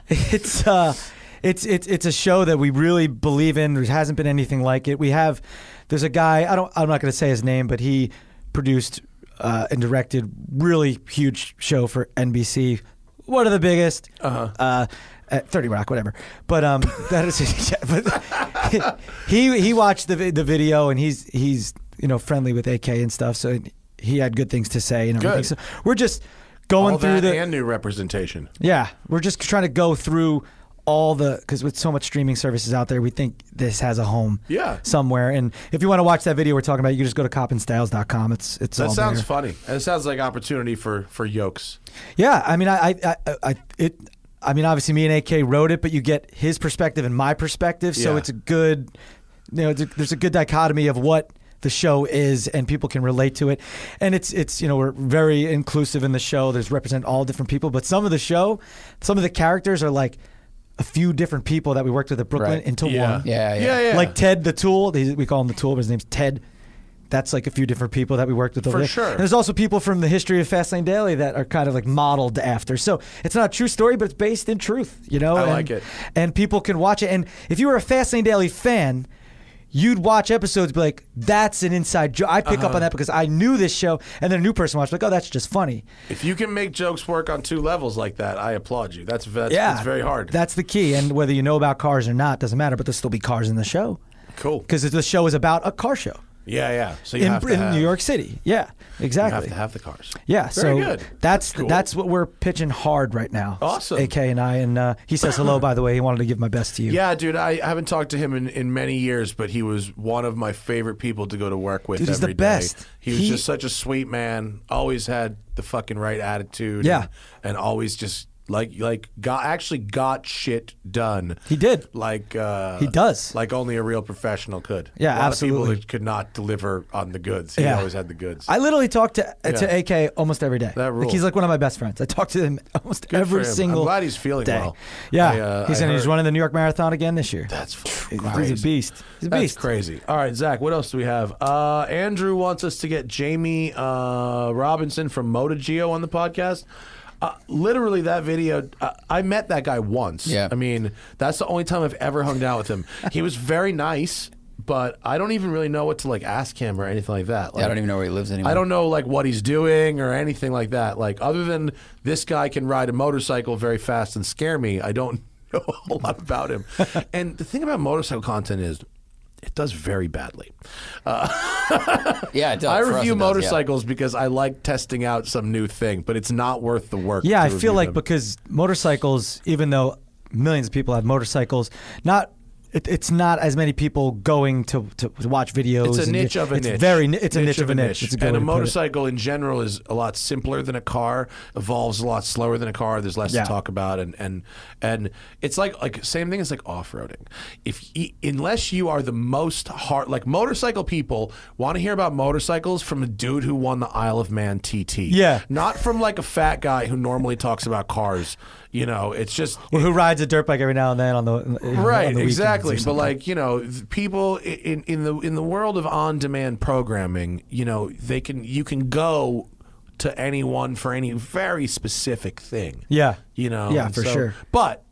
S2: it's uh it's it's it's a show that we really believe in. There hasn't been anything like it. We have there's a guy, I don't I'm not gonna say his name, but he produced uh, and directed really huge show for NBC. One of the biggest. Uh-huh. Uh at 30 Rock, whatever. But um that is yeah, but he he watched the vi- the video and he's he's you know friendly with AK and stuff, so he had good things to say and everything.
S1: Good.
S2: So we're just going
S1: All
S2: through
S1: that
S2: the
S1: and new representation.
S2: yeah, we're just trying to go through all the because with so much streaming services out there, we think this has a home.
S1: Yeah.
S2: Somewhere, and if you want to watch that video we're talking about, you can just go to copandstyles.com. It's it's
S1: That
S2: all
S1: sounds
S2: there.
S1: funny. That sounds like opportunity for for yokes.
S2: Yeah, I mean, I I, I, I it. I mean, obviously, me and AK wrote it, but you get his perspective and my perspective. So
S1: Yeah.
S2: it's a good, you know, it's a- there's a good dichotomy of what the show is, and people can relate to it. And it's it's you know we're very inclusive in the show. There's represent all different people, but some of the show, some of the characters are like a few different people that we worked with at Brooklyn
S3: Right.
S2: into one.
S3: Yeah, yeah.
S1: yeah, yeah.
S2: Like Ted the Tool, they- we call him the Tool, but his name's Ted. That's like a few different people that we worked with over
S1: For
S2: there.
S1: sure.
S2: And there's also people from the history of Fastlane Daily that are kind of like modeled after. So it's not a true story, but it's based in truth, you know?
S1: I
S2: and,
S1: like it.
S2: And people can watch it. And if you were a Fastlane Daily fan, you'd watch episodes and be like, that's an inside joke. I pick
S1: Uh-huh.
S2: up on that because I knew this show. And then a new person watched, like, oh, that's just funny.
S1: If you can make jokes work on two levels like that, I applaud you. That's that's,
S2: yeah.
S1: that's very hard.
S2: That's the key. And whether you know about cars or not, doesn't matter, but there'll still be cars in the show.
S1: cool.
S2: Because the show is about a car show.
S1: Yeah, yeah. So you
S2: in,
S1: have to
S2: in
S1: have,
S2: New York City. Yeah,
S1: You
S2: exactly.
S1: have to have the cars.
S2: yeah, so
S1: Very good.
S2: that's
S1: That's cool.
S2: that's what we're pitching hard right now.
S1: Awesome.
S2: AK and I, and uh, he says hello. By the way, he wanted to give my best to you.
S1: Yeah, dude, I haven't talked to him in, in many years, but he was one of my favorite people to go to work with
S2: Dude, he's the
S1: every day.
S2: best.
S1: He was
S2: He-
S1: just such a sweet man, always had the fucking right attitude.
S2: Yeah.
S1: And, and always just like like got actually got shit done.
S2: He did.
S1: Like uh
S2: He does.
S1: Like only a real professional could. a
S2: Yeah,
S1: lot Of
S2: absolutely.
S1: people that could not deliver on the goods. He
S2: Yeah.
S1: always had the goods.
S2: I literally talk to
S1: Yeah.
S2: to AK almost every day.
S1: That
S2: Like,
S1: rules.
S2: he's like one of my best friends. I talk to him almost
S1: Good for
S2: every
S1: him. I'm
S2: single.
S1: glad he's feeling
S2: day.
S1: well.
S2: Yeah,
S1: I, uh,
S2: he's
S1: I
S2: in. He's
S1: heard-
S2: running the New York Marathon again this year.
S1: That's fucking
S2: he's a
S1: crazy.
S2: beast. He's a
S1: That's
S2: beast.
S1: crazy. All right, Zach, what else do we have? Uh, Andrew wants us to get Jamie uh, Robinson from MotoGeo on the podcast. Uh, literally, that video, uh, I met that guy once.
S3: Yeah.
S1: I mean, that's the only time I've ever hung out with him. He was very nice, but I don't even really know what to like ask him or anything like that. Like,
S3: I don't even know where he lives anymore.
S1: I don't know like what he's doing or anything like that. Like other than this guy can ride a motorcycle very fast and scare me, I don't know a whole lot about him. and the thing about motorcycle content is it does very badly.
S3: Yeah, it does.
S1: I
S3: For us,
S1: review
S3: it does, yeah.
S1: motorcycles because I like testing out some new thing, but it's not worth the work.
S2: Yeah,
S1: to
S2: I
S1: review
S2: feel like
S1: them.
S2: because motorcycles, even though millions of people have motorcycles, not it, it's not as many people going to, to, to watch videos.
S1: It's a
S2: and-
S1: niche of a
S2: it's
S1: niche.
S2: Very, ni- it's a niche of a niche. It's a good
S1: and
S2: way
S1: a
S2: to put it.
S1: motorcycle in general is a lot simpler than a car. Evolves a lot slower than a car. There's less
S2: Yeah.
S1: to talk about, and and and it's like like same thing as like off roading. If y unless you are the most hard like motorcycle people want to hear about motorcycles from a dude who won the Isle of Man TT.
S2: Yeah.
S1: not from like a fat guy who normally talks about cars. You know, it's just
S2: Or who rides a dirt bike every now and then on the on the
S1: right
S2: weekends or
S1: exactly but
S2: something.
S1: like you know th- people i- in in the in the world of on demand programming you know they can you can go to anyone for any very specific thing
S2: yeah,
S1: you know
S2: yeah,
S1: and
S2: for
S1: so-
S2: sure.
S1: but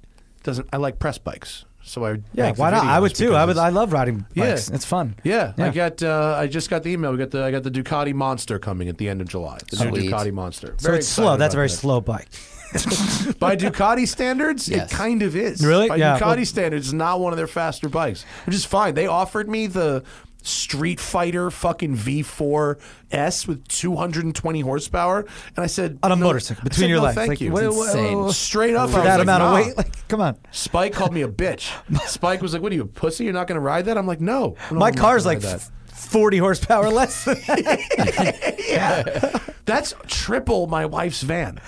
S1: doesn't i like press bikes so i
S2: Yeah,
S1: make the
S2: why not? I
S1: videos
S2: would too.
S1: because
S2: I would.
S1: it's-
S2: I love riding bikes.
S1: Yeah.
S2: It's fun.
S1: yeah, I
S2: Yeah.
S1: got. Uh, I just got the email. We got the. I got the Ducati Monster coming at the end of July. The new
S3: Sweet.
S1: Ducati Monster.
S2: So
S1: Very
S2: it's
S1: excited
S2: slow. That's
S1: about
S2: a very
S1: that.
S2: slow bike.
S1: By Ducati standards,
S3: Yes.
S1: it kind of is.
S2: Really?
S1: By
S2: Yeah,
S1: Ducati
S2: well-
S1: standards, it's not one of their faster bikes, which is fine. They offered me the Street Fighter fucking V4S with 220 horsepower, and I said
S2: On a
S1: no-
S2: motorcycle,
S1: I
S2: between
S1: said,
S2: your
S1: no,
S2: legs.
S1: Thank
S2: Like,
S1: you.
S2: what-
S3: It's
S2: what-
S3: insane.
S2: what-
S1: Straight up,
S2: Uh, for
S1: I was
S2: that
S1: like,
S2: amount
S1: nah.
S2: of weight, like come on.
S1: Spike called me a bitch. Spike was like, "What are you, a pussy? You're not going to ride that?" I'm like, "No." no,
S2: My
S1: I'm not
S2: car's
S1: gonna
S2: like
S1: ride that."
S2: f- forty horsepower less. Than that.
S1: That's triple my wife's van.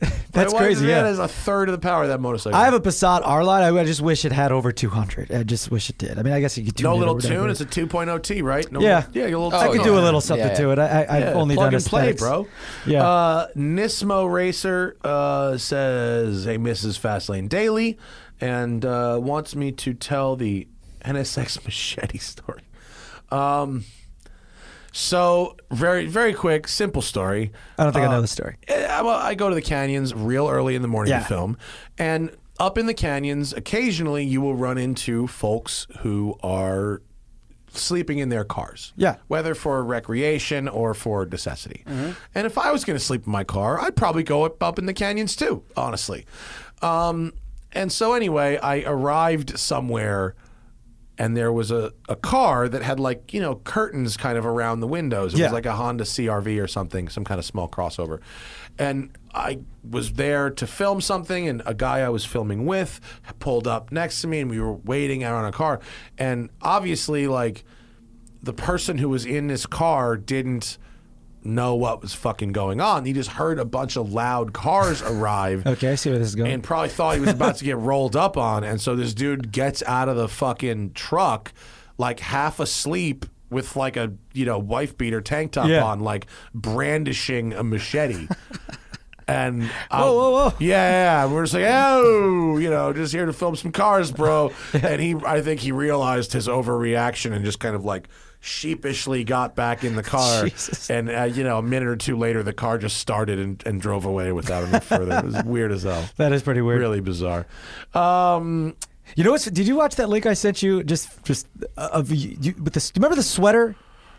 S2: That's
S1: my wife's
S2: crazy,
S1: Van
S2: yeah.
S1: is a third of the power of that motorcycle.
S2: I have a Passat R line. I, I just wish it had over 200. I just wish it did. I mean, I guess you could do
S1: no
S2: it or
S1: little
S2: whatever.
S1: tune. It's a 2.0 T, right? No,
S2: Yeah.
S1: yeah. Your little
S2: I
S3: Oh,
S1: tune.
S2: could do a
S3: yeah.
S2: little something
S3: Yeah,
S2: to
S3: yeah.
S2: it. I, I, I've
S1: Yeah,
S2: only
S1: plug
S2: done
S1: and play,
S2: aesthetics.
S1: bro.
S2: Yeah.
S1: Uh, Nismo Racer uh, says, "Hey, Mrs. Fastlane Daily," and uh, wants me to tell the NSX machete story. Um, so very, very quick, simple story.
S2: I don't think I
S1: Uh,
S2: know the story.
S1: Eh, I, well, I go to the canyons real early in the morning
S2: Yeah.
S1: to film, and up in the canyons, occasionally you will run into folks who are sleeping in their cars.
S2: Yeah.
S1: whether for recreation or for necessity. And if I was going to sleep in my car, I'd probably go up, up in the canyons too, honestly. Um, and so anyway, I arrived somewhere. And there was a, a car that had like, you know, curtains kind of around the windows. It
S2: Yeah.
S1: was like a Honda CRV or something, some kind of small crossover. And I was there to film something, and a guy I was filming with pulled up next to me, and we were waiting out on a car. And obviously, like, the person who was in this car didn't
S5: know what was fucking going on. He just heard a bunch of loud cars arrive.
S2: Okay, I see where this is going.
S5: And probably thought he was about to get rolled up on. And so this dude gets out of the fucking truck, like half asleep with like a, you know, wife beater tank top
S2: Yeah.
S5: on, like brandishing a machete. And um,
S2: whoa, whoa.
S5: yeah, yeah, yeah. we're just like, oh, you know, just here to film some cars, bro. And he, I think he realized his overreaction and just kind of like sheepishly got back in the car.
S2: Jesus.
S5: And uh, you know, a minute or two later, the car just started and, and drove away without any further. It was weird as hell.
S2: that is pretty weird.
S5: Really bizarre. Um,
S2: You know what's? Did you watch that link I sent you? Just, just uh, of you, you- with this. Remember the sweater?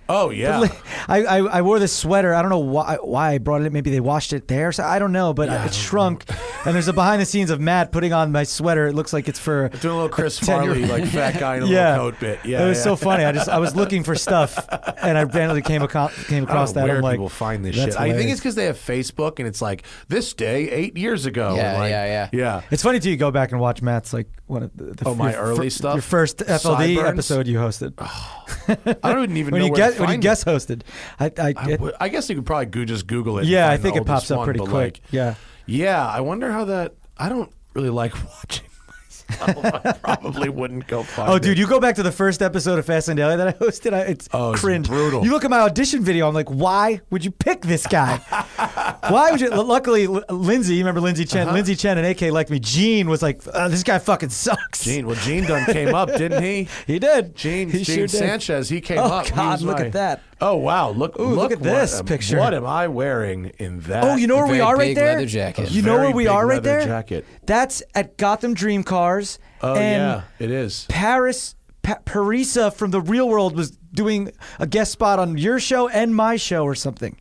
S5: oh yeah,
S1: Uh-huh.
S2: I, I I wore this sweater. I don't know why why I brought it. Maybe they washed it there. So I don't know, but
S5: Yeah, I
S2: it
S5: don't
S2: shrunk. and there's a behind the scenes of Matt putting on my sweater. It looks like it's for.
S5: doing a little Chris
S2: Ten-year-
S5: Farley like fat guy in a
S2: Yeah,
S5: little coat bit. Yeah,
S2: it was
S5: yeah.
S2: so funny. I just I was looking for stuff, and I randomly came across came
S5: I don't
S2: across
S5: know
S2: that.
S5: Where
S2: I'm like,
S5: people find this
S2: "That's
S5: shit? I think
S2: hilarious."
S5: it's because they have Facebook, and it's like this day eight years ago.
S3: Yeah,
S5: and, like,
S3: yeah, yeah.
S5: yeah.
S2: It's funny too. You go back and watch Matt's like one of the, the
S5: Oh, my
S2: your
S5: early stuff?
S2: Your first FLD
S5: Sideburns?
S2: episode you hosted
S5: I don't even
S2: when
S5: know
S2: you
S5: where
S2: guess
S5: to
S2: when you
S5: find
S2: guest hosted. I, I,
S5: it. I
S2: it-
S5: would- I guess you could probably go, just Google it. and
S2: yeah, I
S5: find the
S2: think it
S5: oldest
S2: pops up
S5: one,
S2: pretty
S5: but,
S2: quick.
S5: Like,
S2: yeah,
S5: yeah, I wonder how that. I don't really like watching myself. I probably wouldn't go find.
S2: Oh, dude,
S5: it.
S2: you go back to the first episode of Fast and Daily that I hosted. I, it's
S5: Oh, it's
S2: cringe.
S5: brutal.
S2: You look at my audition video. I'm like, why would you pick this guy? why would you? Luckily, L- Lindsay, you remember Lindsay Chen?
S5: Uh-huh.
S2: Lindsay Chen and AK liked me. Gene was like, uh, this guy fucking sucks.
S5: Gene. Well, Gene Dunn came up, didn't he?
S2: He did.
S5: Gene,
S2: He
S5: Gene
S2: sure did.
S5: Sanchez, he came
S2: Oh,
S5: up. He
S2: God,
S5: was
S2: look
S5: my-
S2: at that.
S5: Oh wow, look!
S2: Ooh, look
S5: look
S2: at this
S5: what, am-
S2: picture.
S5: What am I wearing in that?
S2: Oh, you know where we
S3: very
S2: are right
S3: big
S2: there.
S3: leather jacket.
S2: You know
S5: Very
S2: where we
S5: big
S2: are right
S5: leather
S2: there.
S5: jacket.
S2: That's at Gotham Dream Cars.
S5: Oh
S2: and
S5: yeah, it is.
S2: Paris pa- Parisa from the Real World was doing a guest spot on your show and my show or something.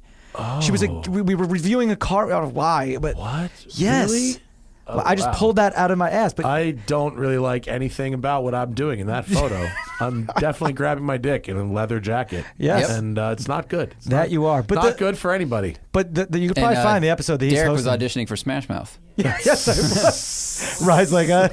S2: She was like, we, we were reviewing a car. I don't know why, but
S5: Oh. What?
S2: Yes.
S5: Really? Oh,
S2: Well, I just pulled that out of my ass. But
S5: I don't really like anything about what I'm doing in that photo. I'm definitely grabbing my dick in a leather jacket.
S2: Yes. Yep.
S5: and uh, it's not good. It's
S2: that
S5: not,
S2: you are. But
S5: not
S2: the,
S5: good for anybody.
S2: But the, the, you could
S3: And,
S2: probably
S3: uh,
S2: find the episode that he's
S3: Derek was
S2: hosting.
S3: auditioning for Smash Mouth.
S2: yes, I was. Rye's like, uh,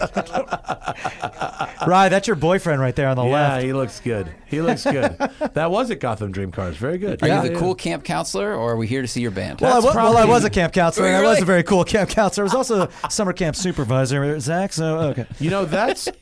S2: Rye, that's your boyfriend right there on the
S5: Yeah,
S2: left.
S5: he looks good. He looks good. that was at Gotham Dream Cars. Very good.
S3: Are
S5: Yeah,
S3: you the
S5: yeah.
S3: cool camp counselor, or are we here to see your band?
S2: Well I,
S5: That's
S2: wa- well, I
S5: probably-
S2: was a camp counselor, and I was a
S3: Really?
S2: very cool camp counselor. I was also a summer camp supervisor, Zach. So okay,
S5: You know that's.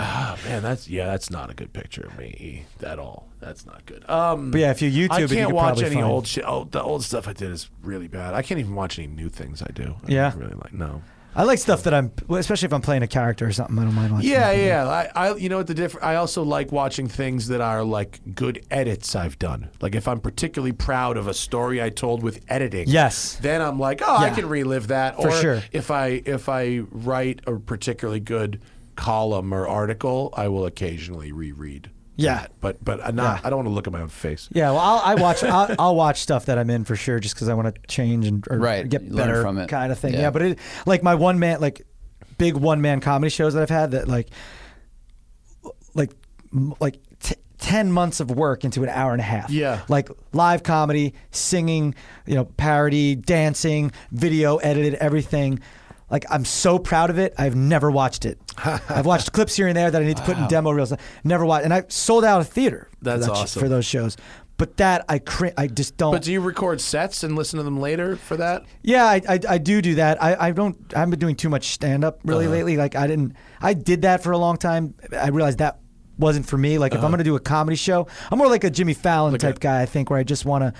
S5: Ah, man, that's yeah. That's not a good picture of me at all. That's not good. Um,
S2: but yeah, if you YouTube,
S5: I
S2: it, you
S5: can't
S2: could
S5: watch
S2: probably
S5: any
S2: find-
S5: old shit. Oh, the old stuff I did is really bad. I can't even watch any new things I do. I
S2: Yeah.
S5: really like no.
S2: I like stuff that I'm, well, especially if I'm playing a character or something. I don't mind watching.
S5: Yeah, yeah. I, I, you know what the difference? I also like watching things that are like good edits I've done. Like if I'm particularly proud of a story I told with editing.
S2: Yes.
S5: Then I'm like, oh, I
S2: Yeah.
S5: can relive that.
S2: For
S5: or
S2: sure.
S5: If I if I write a particularly good column or article, I will occasionally reread.
S2: Yeah.
S5: that. But but I not.
S2: Yeah.
S5: I don't want to look at my own face.
S2: Yeah, well, I'll, I watch. I'll, I'll watch stuff that I'm in for sure, just because I want to change and or
S3: Right,
S2: get
S3: learn
S2: better
S3: from it.
S2: kind of thing. Yeah,
S3: Yeah.
S2: but it, like my one man, like big one man comedy shows that I've had that like, like, m- like t- ten months of work into an hour and a half.
S5: Yeah.
S2: like live comedy, singing, you know, parody, dancing, video edited, everything. Like I'm so proud of it. I've never watched it. I've watched clips here and there that I need to put in demo reels. Never watched, and I sold out a theater. for
S5: That's
S2: that sh-
S5: awesome.
S2: For those shows. But that I cr- I just don't.
S5: But do you record sets and listen to them later for that?
S2: yeah, I, I, I do do that. I, I don't. I haven't been doing too much stand up really
S5: Uh-huh.
S2: lately. Like I didn't. I did that for a long time. I realized that wasn't for me. Like if
S5: Uh-huh.
S2: I'm gonna do a comedy show, I'm more like a Jimmy Fallon type guy. I think where I just want to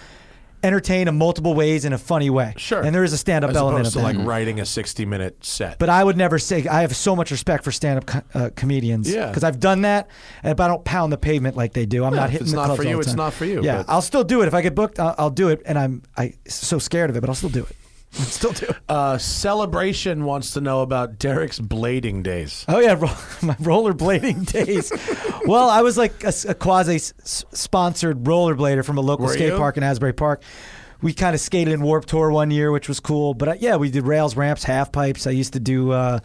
S2: entertain in multiple ways in a funny way.
S5: Sure.
S2: And there is a stand up
S5: As
S2: element
S5: opposed
S2: of
S5: to
S2: that.
S5: like writing a sixty-minute set.
S2: but I would never say I have so much respect for stand up co- uh, comedians.
S5: Yeah.
S2: Because I've done that, and but I don't pound the pavement like they do. I'm not
S5: if
S2: hitting
S5: it's
S2: the
S5: not
S2: clubs
S5: for
S2: all
S5: you,
S2: the
S5: it's
S2: time.
S5: not for you,
S2: Yeah,
S5: but-
S2: I'll still do it if I get booked. I'll, I'll do it, and I'm I so scared of it, but I'll still do it. still do it.
S5: Uh, Celebration wants to know about Derek's blading days.
S2: Oh yeah, ro- my rollerblading days. well, I was like a, quasi sponsored rollerblader from a local
S5: Were
S2: skate
S5: you?
S2: park in Asbury Park. We kind of skated in Warp Tour one year, which was cool. But uh, yeah, we did rails, ramps, half pipes. I used to do. Uh,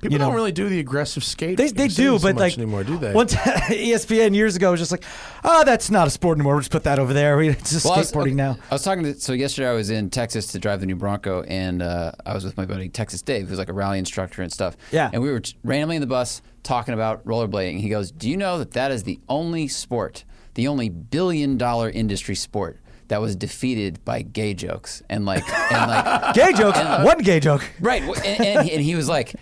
S5: People
S2: you know,
S5: don't really do the aggressive skate.
S2: They, they do,
S5: so
S2: but
S5: much
S2: like E
S5: anymore, do they?
S2: One time, ESPN years ago was just like, oh, that's not a sport anymore. We'll just put that over there. We it's just
S3: Well, I was-
S2: skateboarding
S3: okay,
S2: now.
S3: I was talking to so yesterday I was in Texas to drive the new Bronco and uh, I was with my buddy Texas Dave who's like a rally instructor and stuff.
S2: Yeah.
S3: And we were t- randomly in the bus talking about rollerblading. He goes, "Do you know that that is the only sport, the only billion dollar industry sport that was defeated by gay jokes and like and like
S2: Gay jokes.
S3: And, uh,
S2: One gay joke.
S3: right w- and, and, he- and he was like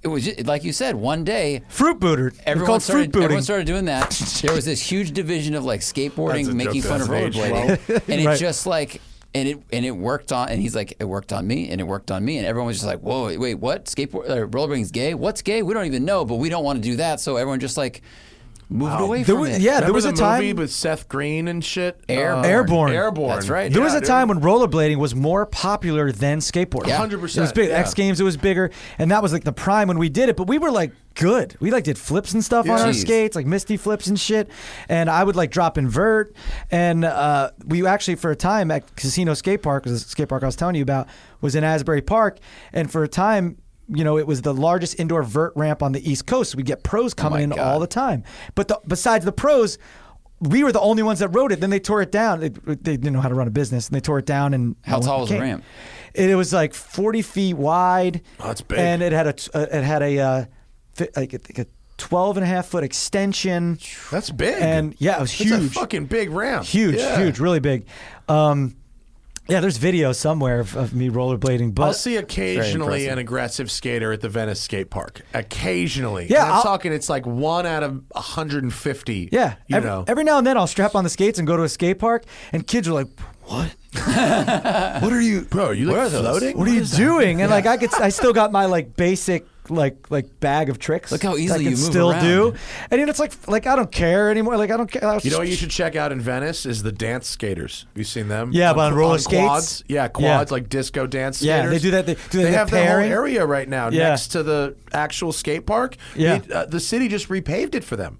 S3: it was just, like you said one day
S2: Fruit booter. It's
S3: Everyone
S2: called
S3: started,
S2: fruit booting.
S3: everyone started doing that. There was this huge division of like skateboarding,
S5: That's a
S3: making
S5: joke
S3: fun of
S5: that hasn't aged
S3: rollerblading, and it
S2: Right.
S3: just like and it and it worked on. And he's like, it worked on me, and it worked on me, and everyone was just like, whoa, wait, what? Skateboard or rollerblading's gay? What's gay? We don't even know, but we don't want to do that. So everyone just like moved away
S2: There
S3: from
S2: was-
S3: it.
S2: yeah, there
S5: Remember
S2: was
S5: the
S2: a time
S5: movie with Seth Green and shit. Uh,
S3: Airborne.
S2: Uh, Airborne.
S5: Airborne.
S3: That's right.
S2: There was
S5: Yeah,
S2: a
S5: dude.
S2: time when rollerblading was more popular than skateboarding.
S3: Yeah.
S5: 100%,
S2: It was big.
S5: yeah.
S2: X Games, it was bigger, and that was like the prime when we did it. But we were like good. We like did flips and stuff on our
S3: Jeez.
S2: skates, like misty flips and shit. And I would like drop invert. And uh, we actually for a time at Casino Skate Park, 'cause the skate park I was telling you about, was in Asbury Park, and for a time. You know, it was the largest indoor vert ramp on the East Coast. We get pros coming
S3: my
S2: in
S3: God.
S2: all the time. But the, besides the pros, we were the only ones that wrote it. Then they tore it down. They, they didn't know how to run a business, and they tore it down. And
S3: How
S2: no
S3: tall
S2: one
S3: was the
S2: came.
S3: ramp?
S2: It, it was like forty feet wide.
S5: Oh, that's big.
S2: And it had a t- uh, it had a uh, fi- like I think a 12 and a half foot extension.
S5: That's big.
S2: And yeah, it was
S5: That's
S2: huge,
S5: a fucking big ramp.
S2: huge,
S5: Yeah.
S2: huge, really big. Um, yeah, there's video somewhere of, of me rollerblading, but
S5: I'll see occasionally
S3: impressive.
S5: an aggressive skater at the Venice skate park. Occasionally.
S2: Yeah,
S5: And I'm
S2: I'll-
S5: talking it's like one out of 150.
S2: Yeah,
S5: You
S2: every,
S5: know.
S2: every now and then I'll strap on the skates and go to a skate park, and kids are like, "What? what are you?
S5: Bro, are you
S2: Where
S5: like
S2: are those?
S5: floating?
S2: What, are you doing?" And like I could, I still got my like basic like like bag of tricks.
S3: Look how
S2: that I
S3: easily
S2: can
S3: you move
S2: still
S3: around.
S2: do. And you know, it's like like I don't care anymore. Like I don't care. I was
S5: You know what you
S2: just-
S5: should check out in Venice is the dance skaters. Have you seen them?
S2: Yeah, but on roller skates?
S5: Quads. Yeah, quads
S2: Yeah.
S5: like disco dance.
S2: Yeah, they
S5: skaters.
S2: do that- they- do they do that
S5: have the whole
S2: pairing?
S5: area right now
S2: Yeah.
S5: next to the actual skate park.
S2: Yeah.
S5: It- uh, the city just repaved it for them.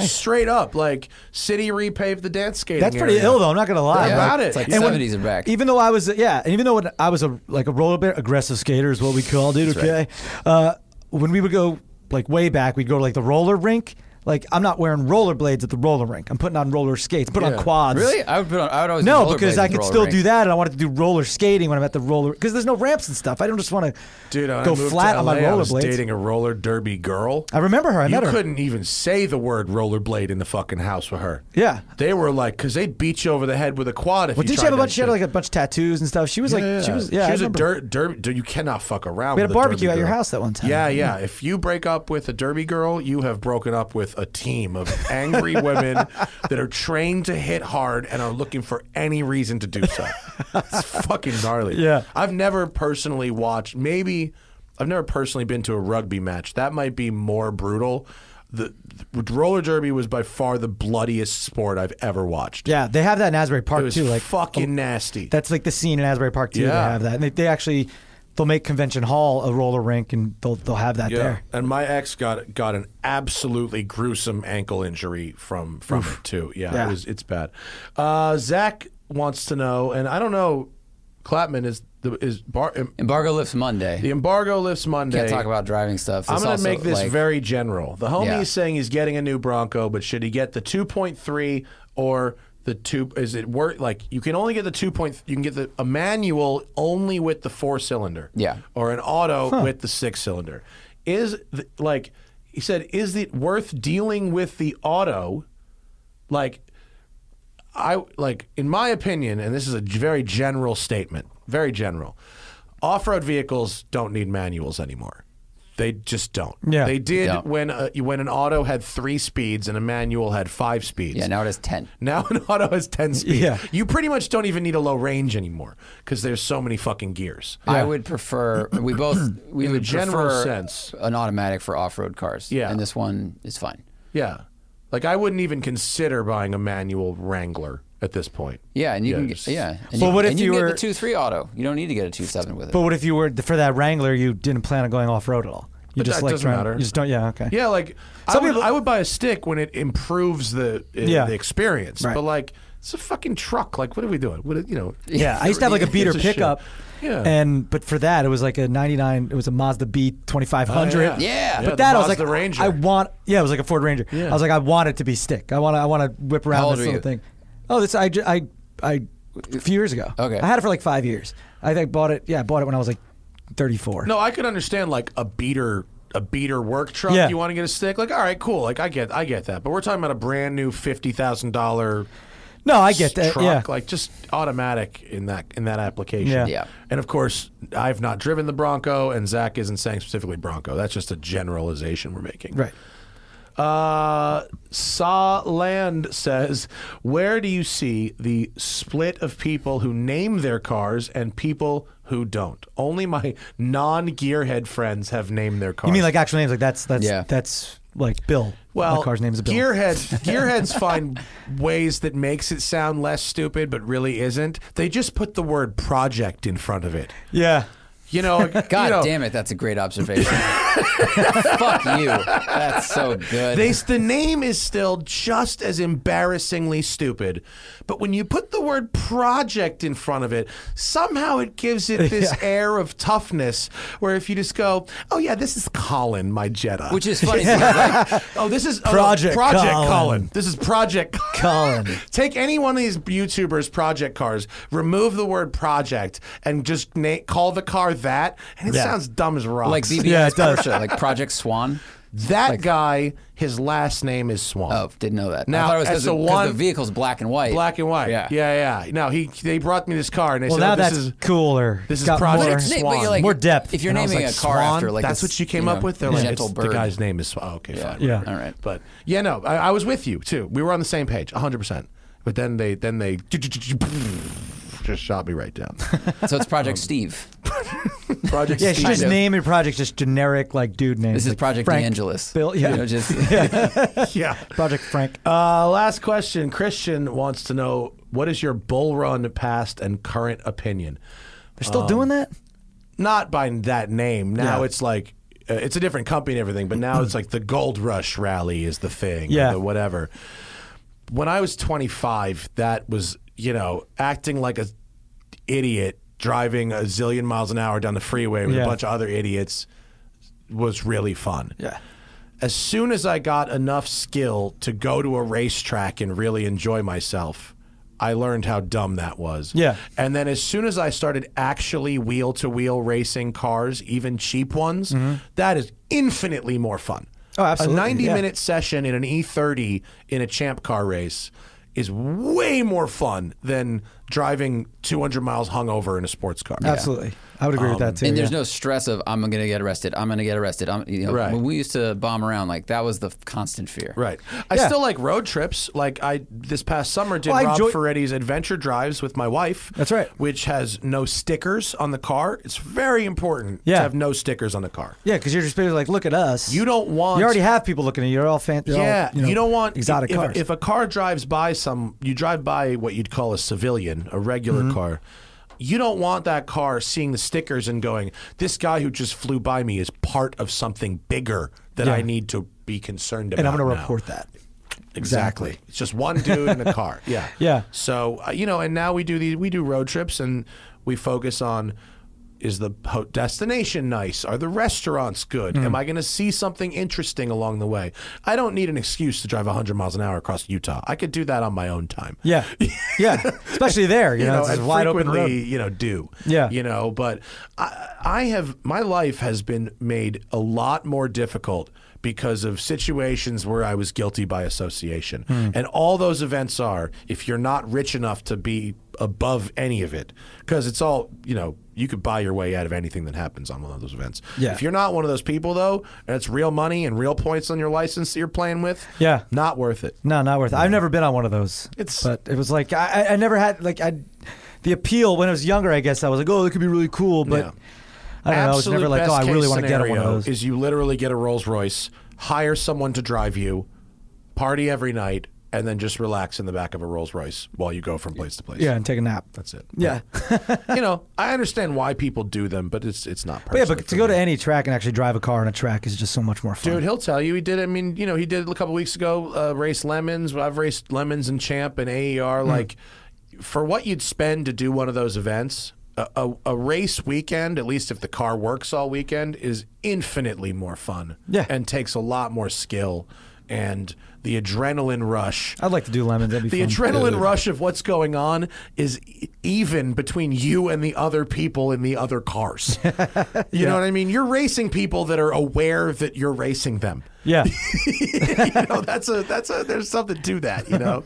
S5: Straight up, like city repaved the dance skating.
S2: That's pretty
S5: area.
S2: ill though. I'm not gonna lie.
S5: They're about it.
S3: It's like
S5: And
S2: when-
S3: 70s are back.
S2: Even though I was, yeah, and even though when I was a like a roller bit aggressive skater is what we called it. Okay, uh, when we would go like way back, we'd go to like the roller rink. Like I'm not wearing rollerblades at the roller rink. I'm putting on roller skates. Put
S5: Yeah.
S2: on quads.
S3: Really? I would put on. I would always do
S2: No,
S3: rollerblades
S2: because I
S3: at the
S2: could
S3: roller
S2: still
S3: rink.
S2: do that, and I wanted to do roller skating when I'm at the roller because there's no ramps and stuff. I don't just want to
S5: Dude, when
S2: go
S5: I moved
S2: flat
S5: to
S2: on my
S5: LA, I was
S2: rollerblades.
S5: dating a roller derby girl.
S2: I remember her. I
S5: you
S2: met her.
S5: couldn't even say the word rollerblade in the fucking house with her.
S2: Yeah.
S5: They were like, because they beat you over the head with a quad if
S2: But
S5: you
S2: did she
S5: tried
S2: have a
S5: that
S2: bunch? She had
S5: shit.
S2: like a bunch of tattoos and stuff. She was like, she was, yeah, I
S5: she was a
S2: remember.
S5: dirt, derby. dude, You cannot fuck around.
S2: We had
S5: with
S2: a barbecue
S5: derby
S2: at your
S5: girl.
S2: house that one time.
S5: Yeah, yeah. If you break up with a derby girl, you have broken up with a team of angry women that are trained to hit hard and are looking for any reason to do so. it's fucking gnarly.
S2: Yeah.
S5: I've never personally watched. Maybe I've never personally been to a rugby match. That might be more brutal. The, the roller derby was by far the bloodiest sport I've ever watched.
S2: Yeah, they have that in Asbury
S5: It
S2: Park
S5: was
S2: too. Like
S5: fucking nasty.
S2: that's like the scene in Asbury Park too. They
S5: Yeah.
S2: have that, and they, they actually they'll make Convention Hall a roller rink, and they'll they'll have that there.
S5: And my ex got got an absolutely gruesome ankle injury from from it too. Yeah,
S2: Yeah.
S5: it was it's bad. Uh, Zach wants to know, and I don't know. Clapman is the is bar, em-
S3: Embargo lifts Monday.
S5: the embargo lifts Monday.
S3: Can't talk about driving stuff.
S5: I'm
S3: It's
S5: going to
S3: also,
S5: make this
S3: like,
S5: very general. The homie
S3: Yeah.
S5: is saying he's getting a new Bronco, but should he get the 2.3 or the two? Is it worth like you can only get the 2.3? You can get the a manual only with the four cylinder,
S3: Yeah.
S5: or an auto with the six cylinder. Is the, like he said, is it worth dealing with the auto? Like I like, in my opinion, and this is a g- very general statement, very general. Off-road vehicles don't need manuals anymore. They just don't.
S2: Yeah.
S5: They did
S3: Yeah.
S5: when uh, when an auto had three speeds and a manual had five speeds.
S3: Yeah, now it has ten.
S5: Now an auto has ten speeds.
S2: Yeah.
S5: You pretty much don't even need a low range anymore because there's so many fucking gears.
S3: I would prefer. We both we
S5: In a
S3: would
S5: general
S3: prefer
S5: sense.
S3: an automatic for off-road cars.
S5: Yeah.
S3: and this one is fine.
S5: Yeah. Like I wouldn't even consider buying a manual Wrangler at this point.
S3: Yeah, and you can
S5: just-
S3: get, yeah. And
S2: But
S3: you,
S2: what if
S3: and you
S2: you
S3: can
S2: were-
S3: get the two three auto? You don't need to get a two seven with it.
S2: But what if you were for that Wrangler? You didn't plan on going off road at all. You
S5: But
S2: just
S5: that
S2: like
S5: doesn't
S2: trying-
S5: matter.
S2: You just don't. Yeah. Okay.
S5: Yeah, like I
S2: Some
S5: would,
S2: people-
S5: I would buy a stick when it improves the uh,
S2: Yeah.
S5: the experience.
S2: Right.
S5: But like it's a fucking truck. Like what are we doing? What are- you know?
S2: Yeah, I used to have like a beater
S5: It's a shit.
S2: pickup.
S5: Yeah.
S2: And but for that, it was like a '99. It was a Mazda B 2500.
S5: Oh, yeah.
S3: Yeah.
S5: Yeah,
S2: But that
S5: the
S2: I was
S5: Mazda
S2: like,
S5: Ranger.
S2: I want. Yeah, it was like a Ford Ranger. I was like, I want it to be stick. I want. to I want to whip around
S3: old
S2: this
S3: were
S2: little
S3: you?
S2: thing. Oh, this I, ju- I I a few years ago.
S3: Okay.
S2: I had it for like five years. I think bought it. Yeah, I bought it when I was like 34.
S5: No, I could understand like a beater a beater work truck.
S2: Yeah.
S5: You want to get a stick? Like all right, cool. Like I get I get that. But we're talking about a brand new fifty thousand dollar.
S2: No, I get that,
S5: Truck,
S2: yeah.
S5: like just automatic in that in that application.
S2: Yeah.
S3: Yeah.
S5: And of course, I've not driven the Bronco, and Zach isn't saying specifically Bronco. That's just a generalization we're making.
S2: Right.
S5: Uh, Saw Land says, where do you see the split of people who name their cars and people who don't? Only my non-gearhead friends have named their cars.
S2: You mean like actual names? Like that's that's
S3: Yeah.
S2: that's like Bill.
S5: Well,
S2: my car's name is Bill.
S5: Gearheads, gearheads find ways that makes it sound less stupid, but really isn't. They just put the word project in front of it.
S2: Yeah.
S5: You know,
S3: God
S5: you know,
S3: damn it, that's a great observation. Fuck you. That's so good.
S5: They, the name is still just as embarrassingly stupid, but when you put the word project in front of it, somehow it gives it this air of toughness. Where if you just go, "Oh yeah, this is Colin, my Jedi,"
S3: which is funny. because, like,
S5: oh this is oh, no,
S2: Project
S5: Project
S2: Colin.
S5: Colin. This is Project
S2: Colin.
S5: Take any one of these YouTubers' project cars, remove the word project, and just na- call the car that, and it
S2: Yeah.
S5: sounds dumb as rocks.
S3: like BBS
S2: Yeah, it does.
S3: Porsche, like Project Swan.
S5: that guy, his last name is Swan.
S3: Oh, didn't know that.
S5: Now,
S3: I thought it was
S5: as
S3: because
S5: the
S3: the,
S5: one-
S3: the vehicle's black and white.
S5: Black and white.
S3: Yeah.
S5: yeah, yeah. Now he, they brought me this car, and they
S2: Well,
S5: said,
S2: now
S5: oh, "This
S2: that's
S5: is
S2: cooler.
S5: this is
S2: Got
S5: Project
S3: But
S2: more-
S3: it's-
S5: Swan.
S3: but you're like,
S2: More depth.
S3: If you're
S5: And I was
S3: naming
S5: like,
S3: a car
S5: Swan?
S3: after like
S5: that's
S3: this,
S5: what you came up
S3: know,
S5: with. They're like,
S3: gentle
S5: it's-
S3: bird.
S5: the guy's name is. Oh, okay, fine.
S3: Yeah.
S2: Yeah.
S3: All right.
S5: But yeah, no, I, I was with you too. We were on the same page, 100. percent But then they, then they just shot me right down.
S3: So it's Project Steve.
S5: Um, Project
S2: Yeah, she
S3: Kind
S2: just
S3: of.
S2: name your project just generic like dude names.
S3: This is
S2: like
S3: Project
S2: Frank,
S3: DeAngelis.
S2: Bill- yeah.
S3: You know, just
S5: yeah.
S2: Project Frank.
S5: Uh, last question. Christian wants to know what is your bull run past and current opinion?
S2: They're still doing that?
S5: Not by that name. Now
S2: Yeah.
S5: it's like uh, it's a different company and everything, but now it's like the Gold Rush Rally is the thing. or
S2: Yeah.
S5: the whatever. When I was 25, that was you know acting like a idiot driving a zillion miles an hour down the freeway with a
S2: Yeah.
S5: bunch of other idiots was really fun
S2: Yeah.
S5: as soon as I got enough skill to go to a racetrack and really enjoy myself, I learned how dumb that was.
S2: Yeah.
S5: And then as soon as I started actually wheel to wheel racing cars, even cheap ones, that is infinitely more fun.
S2: Mm-hmm. Oh, absolutely,
S5: A 90
S2: yeah.
S5: minute session in an E30 in a champ car race is way more fun than driving 200 miles hungover in a sports car.
S2: Absolutely. I would agree with
S5: Um,
S2: that too.
S3: and there's
S2: yeah.
S3: no stress of I'm gonna get arrested. I'm gonna get arrested. I'm, you know,
S5: Right.
S3: When we used to bomb around, like that was the f- constant fear.
S5: Right. I
S2: Yeah.
S5: still like road trips. Like I this past summer did
S2: Well, I
S5: Rob
S2: enjoy-
S5: Ferretti's adventure drives with my wife.
S2: That's right.
S5: Which has no stickers on the car. It's very important
S2: Yeah.
S5: to have no stickers on the car.
S2: yeah, because you're just basically like, look at us.
S5: You don't want
S2: You already have people looking at you. You're all fan. you're all,
S5: yeah,
S2: know,
S5: don't want
S2: exotic
S5: if,
S2: cars.
S5: If a car drives by some, you drive by what you'd call a civilian, a regular
S2: Mm-hmm.
S5: car. You don't want that car seeing the stickers and going, "This guy who just flew by me is part of something bigger that I need to be concerned about."
S2: and I'm going to
S5: now."
S2: report that.
S5: Exactly. It's just one dude in a car. Yeah.
S2: Yeah.
S5: So uh, you know, and now we do these. We do road trips, and we focus on: is the ho- destination nice? Are the restaurants good?
S2: Hmm.
S5: Am I going to see something interesting along the way? I don't need an excuse to drive 100 miles an hour across Utah. I could do that on my own time.
S2: Yeah, yeah. Especially there, you,
S5: You
S2: know,
S5: know,
S2: it's this
S5: and
S2: wide open
S5: frequently,
S2: road.
S5: you know, do.
S2: Yeah.
S5: You know, but I, I have my life has been made a lot more difficult because of situations where I was guilty by association.
S2: Hmm.
S5: And all those events are if you're not rich enough to be above any of it, because it's all, you know, you could buy your way out of anything that happens on one of those events.
S2: Yeah.
S5: If you're not one of those people, though, and it's real money and real points on your license that you're playing with,
S2: Yeah.
S5: not worth it.
S2: No, not worth it. I've never been on one of those.
S5: It's-
S2: but it was like I, I- I never had like I, the appeal when I was younger. I guess I was like, oh, it could be really cool, but
S5: Yeah.
S2: I don't know. I was
S5: absolute
S2: never like, oh, I
S5: best
S2: really
S5: case
S2: want to get on one of
S5: scenario
S2: those.
S5: Is you literally get a Rolls Royce, hire someone to drive you, party every night, and then just relax in the back of a Rolls Royce while you go from place to place.
S2: yeah, and take a nap.
S5: that's it.
S2: Yeah,
S5: you know, I understand why people do them, but it's it's not.
S2: but yeah,
S5: Personally
S2: but
S5: for
S2: to go
S5: me.
S2: to any track and actually drive a car on a track is just so much more fun.
S5: Dude, he'll tell you he did. I mean, you know, he did a couple weeks ago. Uh, race lemons. I've raced lemons and champ and AER. Like, for what you'd spend to do one of those events, a, a, a race weekend, at least if the car works all weekend, is infinitely more fun.
S2: Yeah.
S5: and takes a lot more skill and the adrenaline rush.
S2: I'd like to do lemons. That'd be
S5: The
S2: fun.
S5: adrenaline rush of what's going on is e- even between you and the other people in the other cars. you know what I mean? You're racing people that are aware that you're racing them.
S2: Yeah,
S5: you know, that's a that's a there's something to that. You know.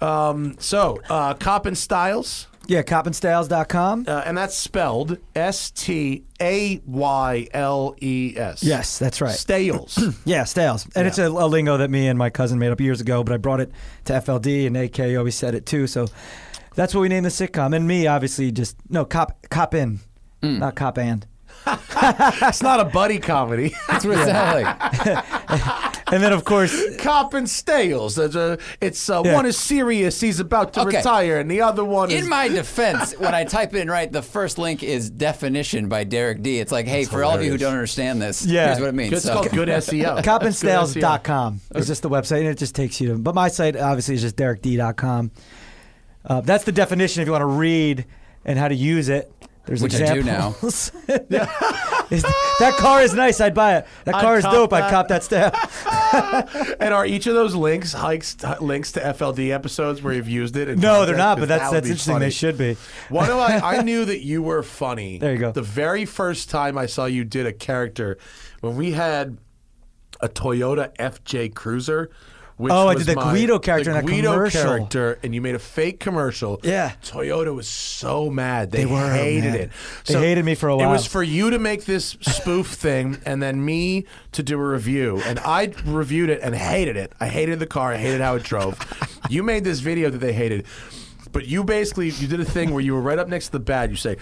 S5: Um, so, uh, Cop and Styles,
S2: Yeah, coppinstyles.com.
S5: uh, and that's spelled S T A Y L E S.
S2: Yes, that's right.
S5: Stales.
S2: Yeah, Stales. And it's a, a lingo that me and my cousin made up years ago, but I brought it to FLD and AK always said it too. So that's what we named the sitcom. And me, obviously, just no cop, cop in,
S5: Mm.
S2: not cop and.
S5: That's not a buddy comedy.
S3: That's what it sounds like.
S2: And then of course,
S5: Cop and Stales. It's, uh, it's uh,
S2: Yeah.
S5: one is serious. He's about to
S3: Okay.
S5: retire, and the other one is.
S3: In my defense, when I type in right, the first link is definition by Derek D. It's like, hey, for all of you who
S5: hilarious.
S3: don't understand this,
S2: Yeah.
S3: here's what it means.
S5: it's called good E SEO. That's good SEO.
S2: coppinstyles.com is just the website, and it just takes you to. But my site obviously is just derekd.com. Uh, that's the definition if you want to read and how to use it. There's
S3: Which I do now.
S2: examples. Is- that car is nice. I'd buy it. That
S5: I'd
S2: car is
S5: cop
S2: dope.
S5: that.
S2: I'd cop that stamp.
S5: And are each of those links hikes, links to FLD episodes where you've used it? and
S2: No,
S5: context?
S2: they're not.
S5: 'Cause
S2: But that's
S5: that would
S2: that's
S5: be
S2: interesting.
S5: funny.
S2: They should be.
S5: Why do I? I knew that you were funny.
S2: There you go.
S5: The very first time I saw you did a character, when we had a Toyota FJ Cruiser. Which
S2: Oh, I
S5: was
S2: did the
S5: my-
S2: Guido character
S5: the
S2: in a
S5: Guido
S2: commercial.
S5: character, and you made a fake commercial.
S2: Yeah.
S5: Toyota was so mad. They,
S2: They were,
S5: hated
S2: man.
S5: it.
S2: They hated me for a
S5: It
S2: while.
S5: was for you to make this spoof thing, and then me to do a review. And I reviewed it and hated it. I hated the car. I hated how it drove. you made this video that they hated, but you basically you did a thing where you were right up next to the bad. You say.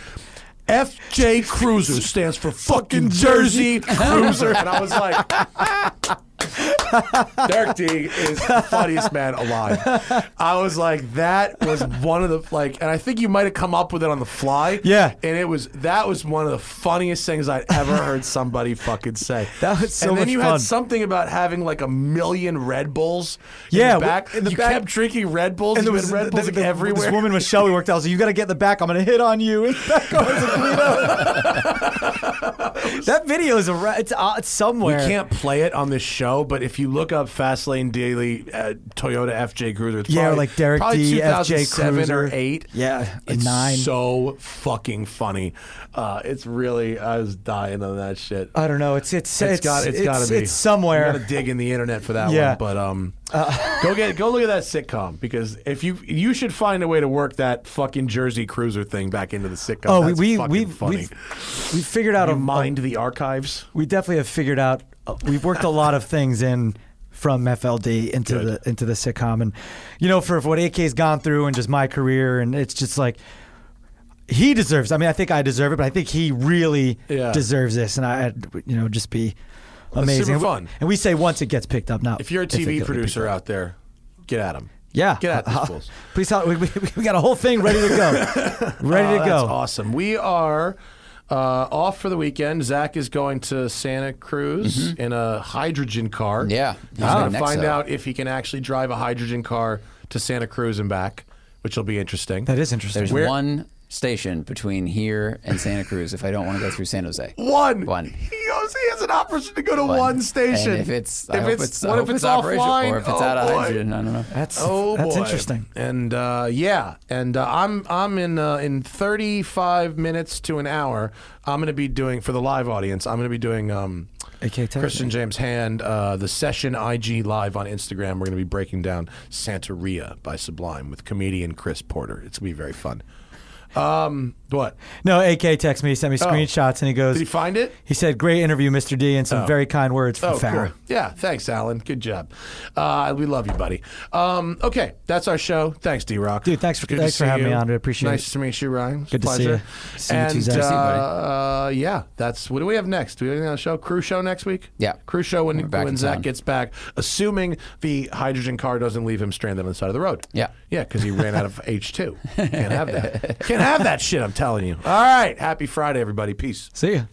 S5: FJ Cruiser stands for fucking Jersey Cruiser. And I was like, Derek D is the funniest man alive. I was like, that was one of the like, and I think you might have come up with it on the fly.
S2: Yeah.
S5: and it was that was one of the funniest things I'd ever heard somebody fucking say.
S2: That was so
S5: And then
S2: much
S5: you
S2: fun.
S5: had something about having like a million Red Bulls.
S2: Yeah,
S5: in
S2: w-
S5: the back.
S2: in the
S5: you
S2: back-
S5: kept drinking Red Bulls. And there was Red Bulls like, everywhere.
S2: This woman with Shell we worked out. I was like, you got to get in the back. I'm going to hit on you. And back over to Guido. that video is around. It's, uh, it's
S5: We
S2: somewhere.
S5: can't play it on this show, but if you look up Fastlane Daily uh, Toyota FJ Cruiser, it's
S2: Yeah, or
S5: probably,
S2: like Derek
S5: probably
S2: D, FJ
S5: 2007 or
S2: Cruiser.
S5: eight.
S2: Yeah, a
S5: it's
S2: nine.
S5: so fucking funny. Uh, it's really I was dying on that shit.
S2: I don't know. It's it's it's
S5: it's got it's, got to be
S2: it's somewhere.
S5: You got to dig in the internet for that
S2: Yeah. Uh.
S5: one, but um, go get go look at that sitcom because if you you should find a way to work that fucking Jersey Cruiser thing back into the sitcom.
S2: oh,
S5: That's
S2: we we
S5: fucking
S2: we've,
S5: funny.
S2: we've we figured out a,
S5: You mind the archives.
S2: We definitely have figured out. uh, We've worked a lot of things in from FLD into the into the sitcom, and you know, for, for what AK's gone through and just my career, and it's just like he deserves. I mean, I think I deserve it, but I think he really
S5: Yeah.
S2: deserves this, and I, I'd, you know, just be amazing.
S5: super
S2: And we-
S5: fun.
S2: And we say once it gets picked up, not
S5: If you're a
S2: it doesn't
S5: TV
S2: get
S5: producer out there, get at him.
S2: picked- yeah, Uh,
S5: Get at these fools.
S2: Please help. We, we, we got a whole thing ready to go, ready
S5: Oh,
S2: to go.
S5: That's awesome. We are uh, off for the weekend. Zach is going to Santa Cruz in a hydrogen car.
S3: Mm-hmm. Yeah.
S5: He's
S3: Ah.
S5: going to
S3: Next
S5: find
S3: up.
S5: out if he can actually drive a hydrogen car to Santa Cruz and back, which will be interesting.
S2: That is interesting.
S3: There's one station between here and Santa Cruz if I don't want to go through San Jose.
S5: one.
S3: One.
S5: He, goes, he has an opportunity to go to one,
S3: One.
S5: station.
S3: And if it's,
S5: If
S3: I hope
S5: it's-
S3: it's, I
S5: what
S3: hope
S5: if it's
S3: operational
S5: offline?
S3: or if it's
S5: Oh,
S3: out of
S5: boy.
S3: hydrogen, I don't know.
S2: that's
S5: Oh,
S2: that's
S5: boy.
S2: interesting.
S5: And uh, yeah, and uh, I'm I'm in uh, in 35 minutes to an hour. I'm going to be doing for the live audience. I'm going to be doing um,
S2: AK Tech.
S5: Christian James Hand, uh, the session IG live on Instagram. We're going to be breaking down Santeria by Sublime with comedian Chris Porter. It's going to be very fun. Um, what
S2: No, AK texted me, sent me screenshots, and he goes,
S5: Oh. did he find it?
S2: He said, "Great interview, Mr. D, and some very kind words from
S5: Oh,
S2: Farrah."
S5: cool. Yeah, thanks, Alan. Good job. Uh, we love you, buddy. Um, okay, that's our show. Thanks, D Rock.
S2: Dude, thanks for-
S5: Good to
S2: thanks for
S5: see
S2: having me
S5: you.
S2: on. I appreciate
S5: nice Nice to meet you, Ryan. It's a
S2: Good to see
S5: pleasure.
S2: you. See you
S5: and,
S2: Tuesday. See you,
S5: uh, uh, yeah, that's what do we have next? Do we have anything on the show? Crew show next week?
S3: Yeah.
S5: Crew show when,
S3: back
S5: when
S3: in
S5: Zach
S3: town.
S5: gets back, assuming the hydrogen car doesn't leave him stranded on the side of the road.
S3: Yeah.
S5: Yeah, because he ran out of H2. Can't have that. Can't have that shit, I'm telling you. All right. Happy Friday, everybody. Peace.
S2: See ya.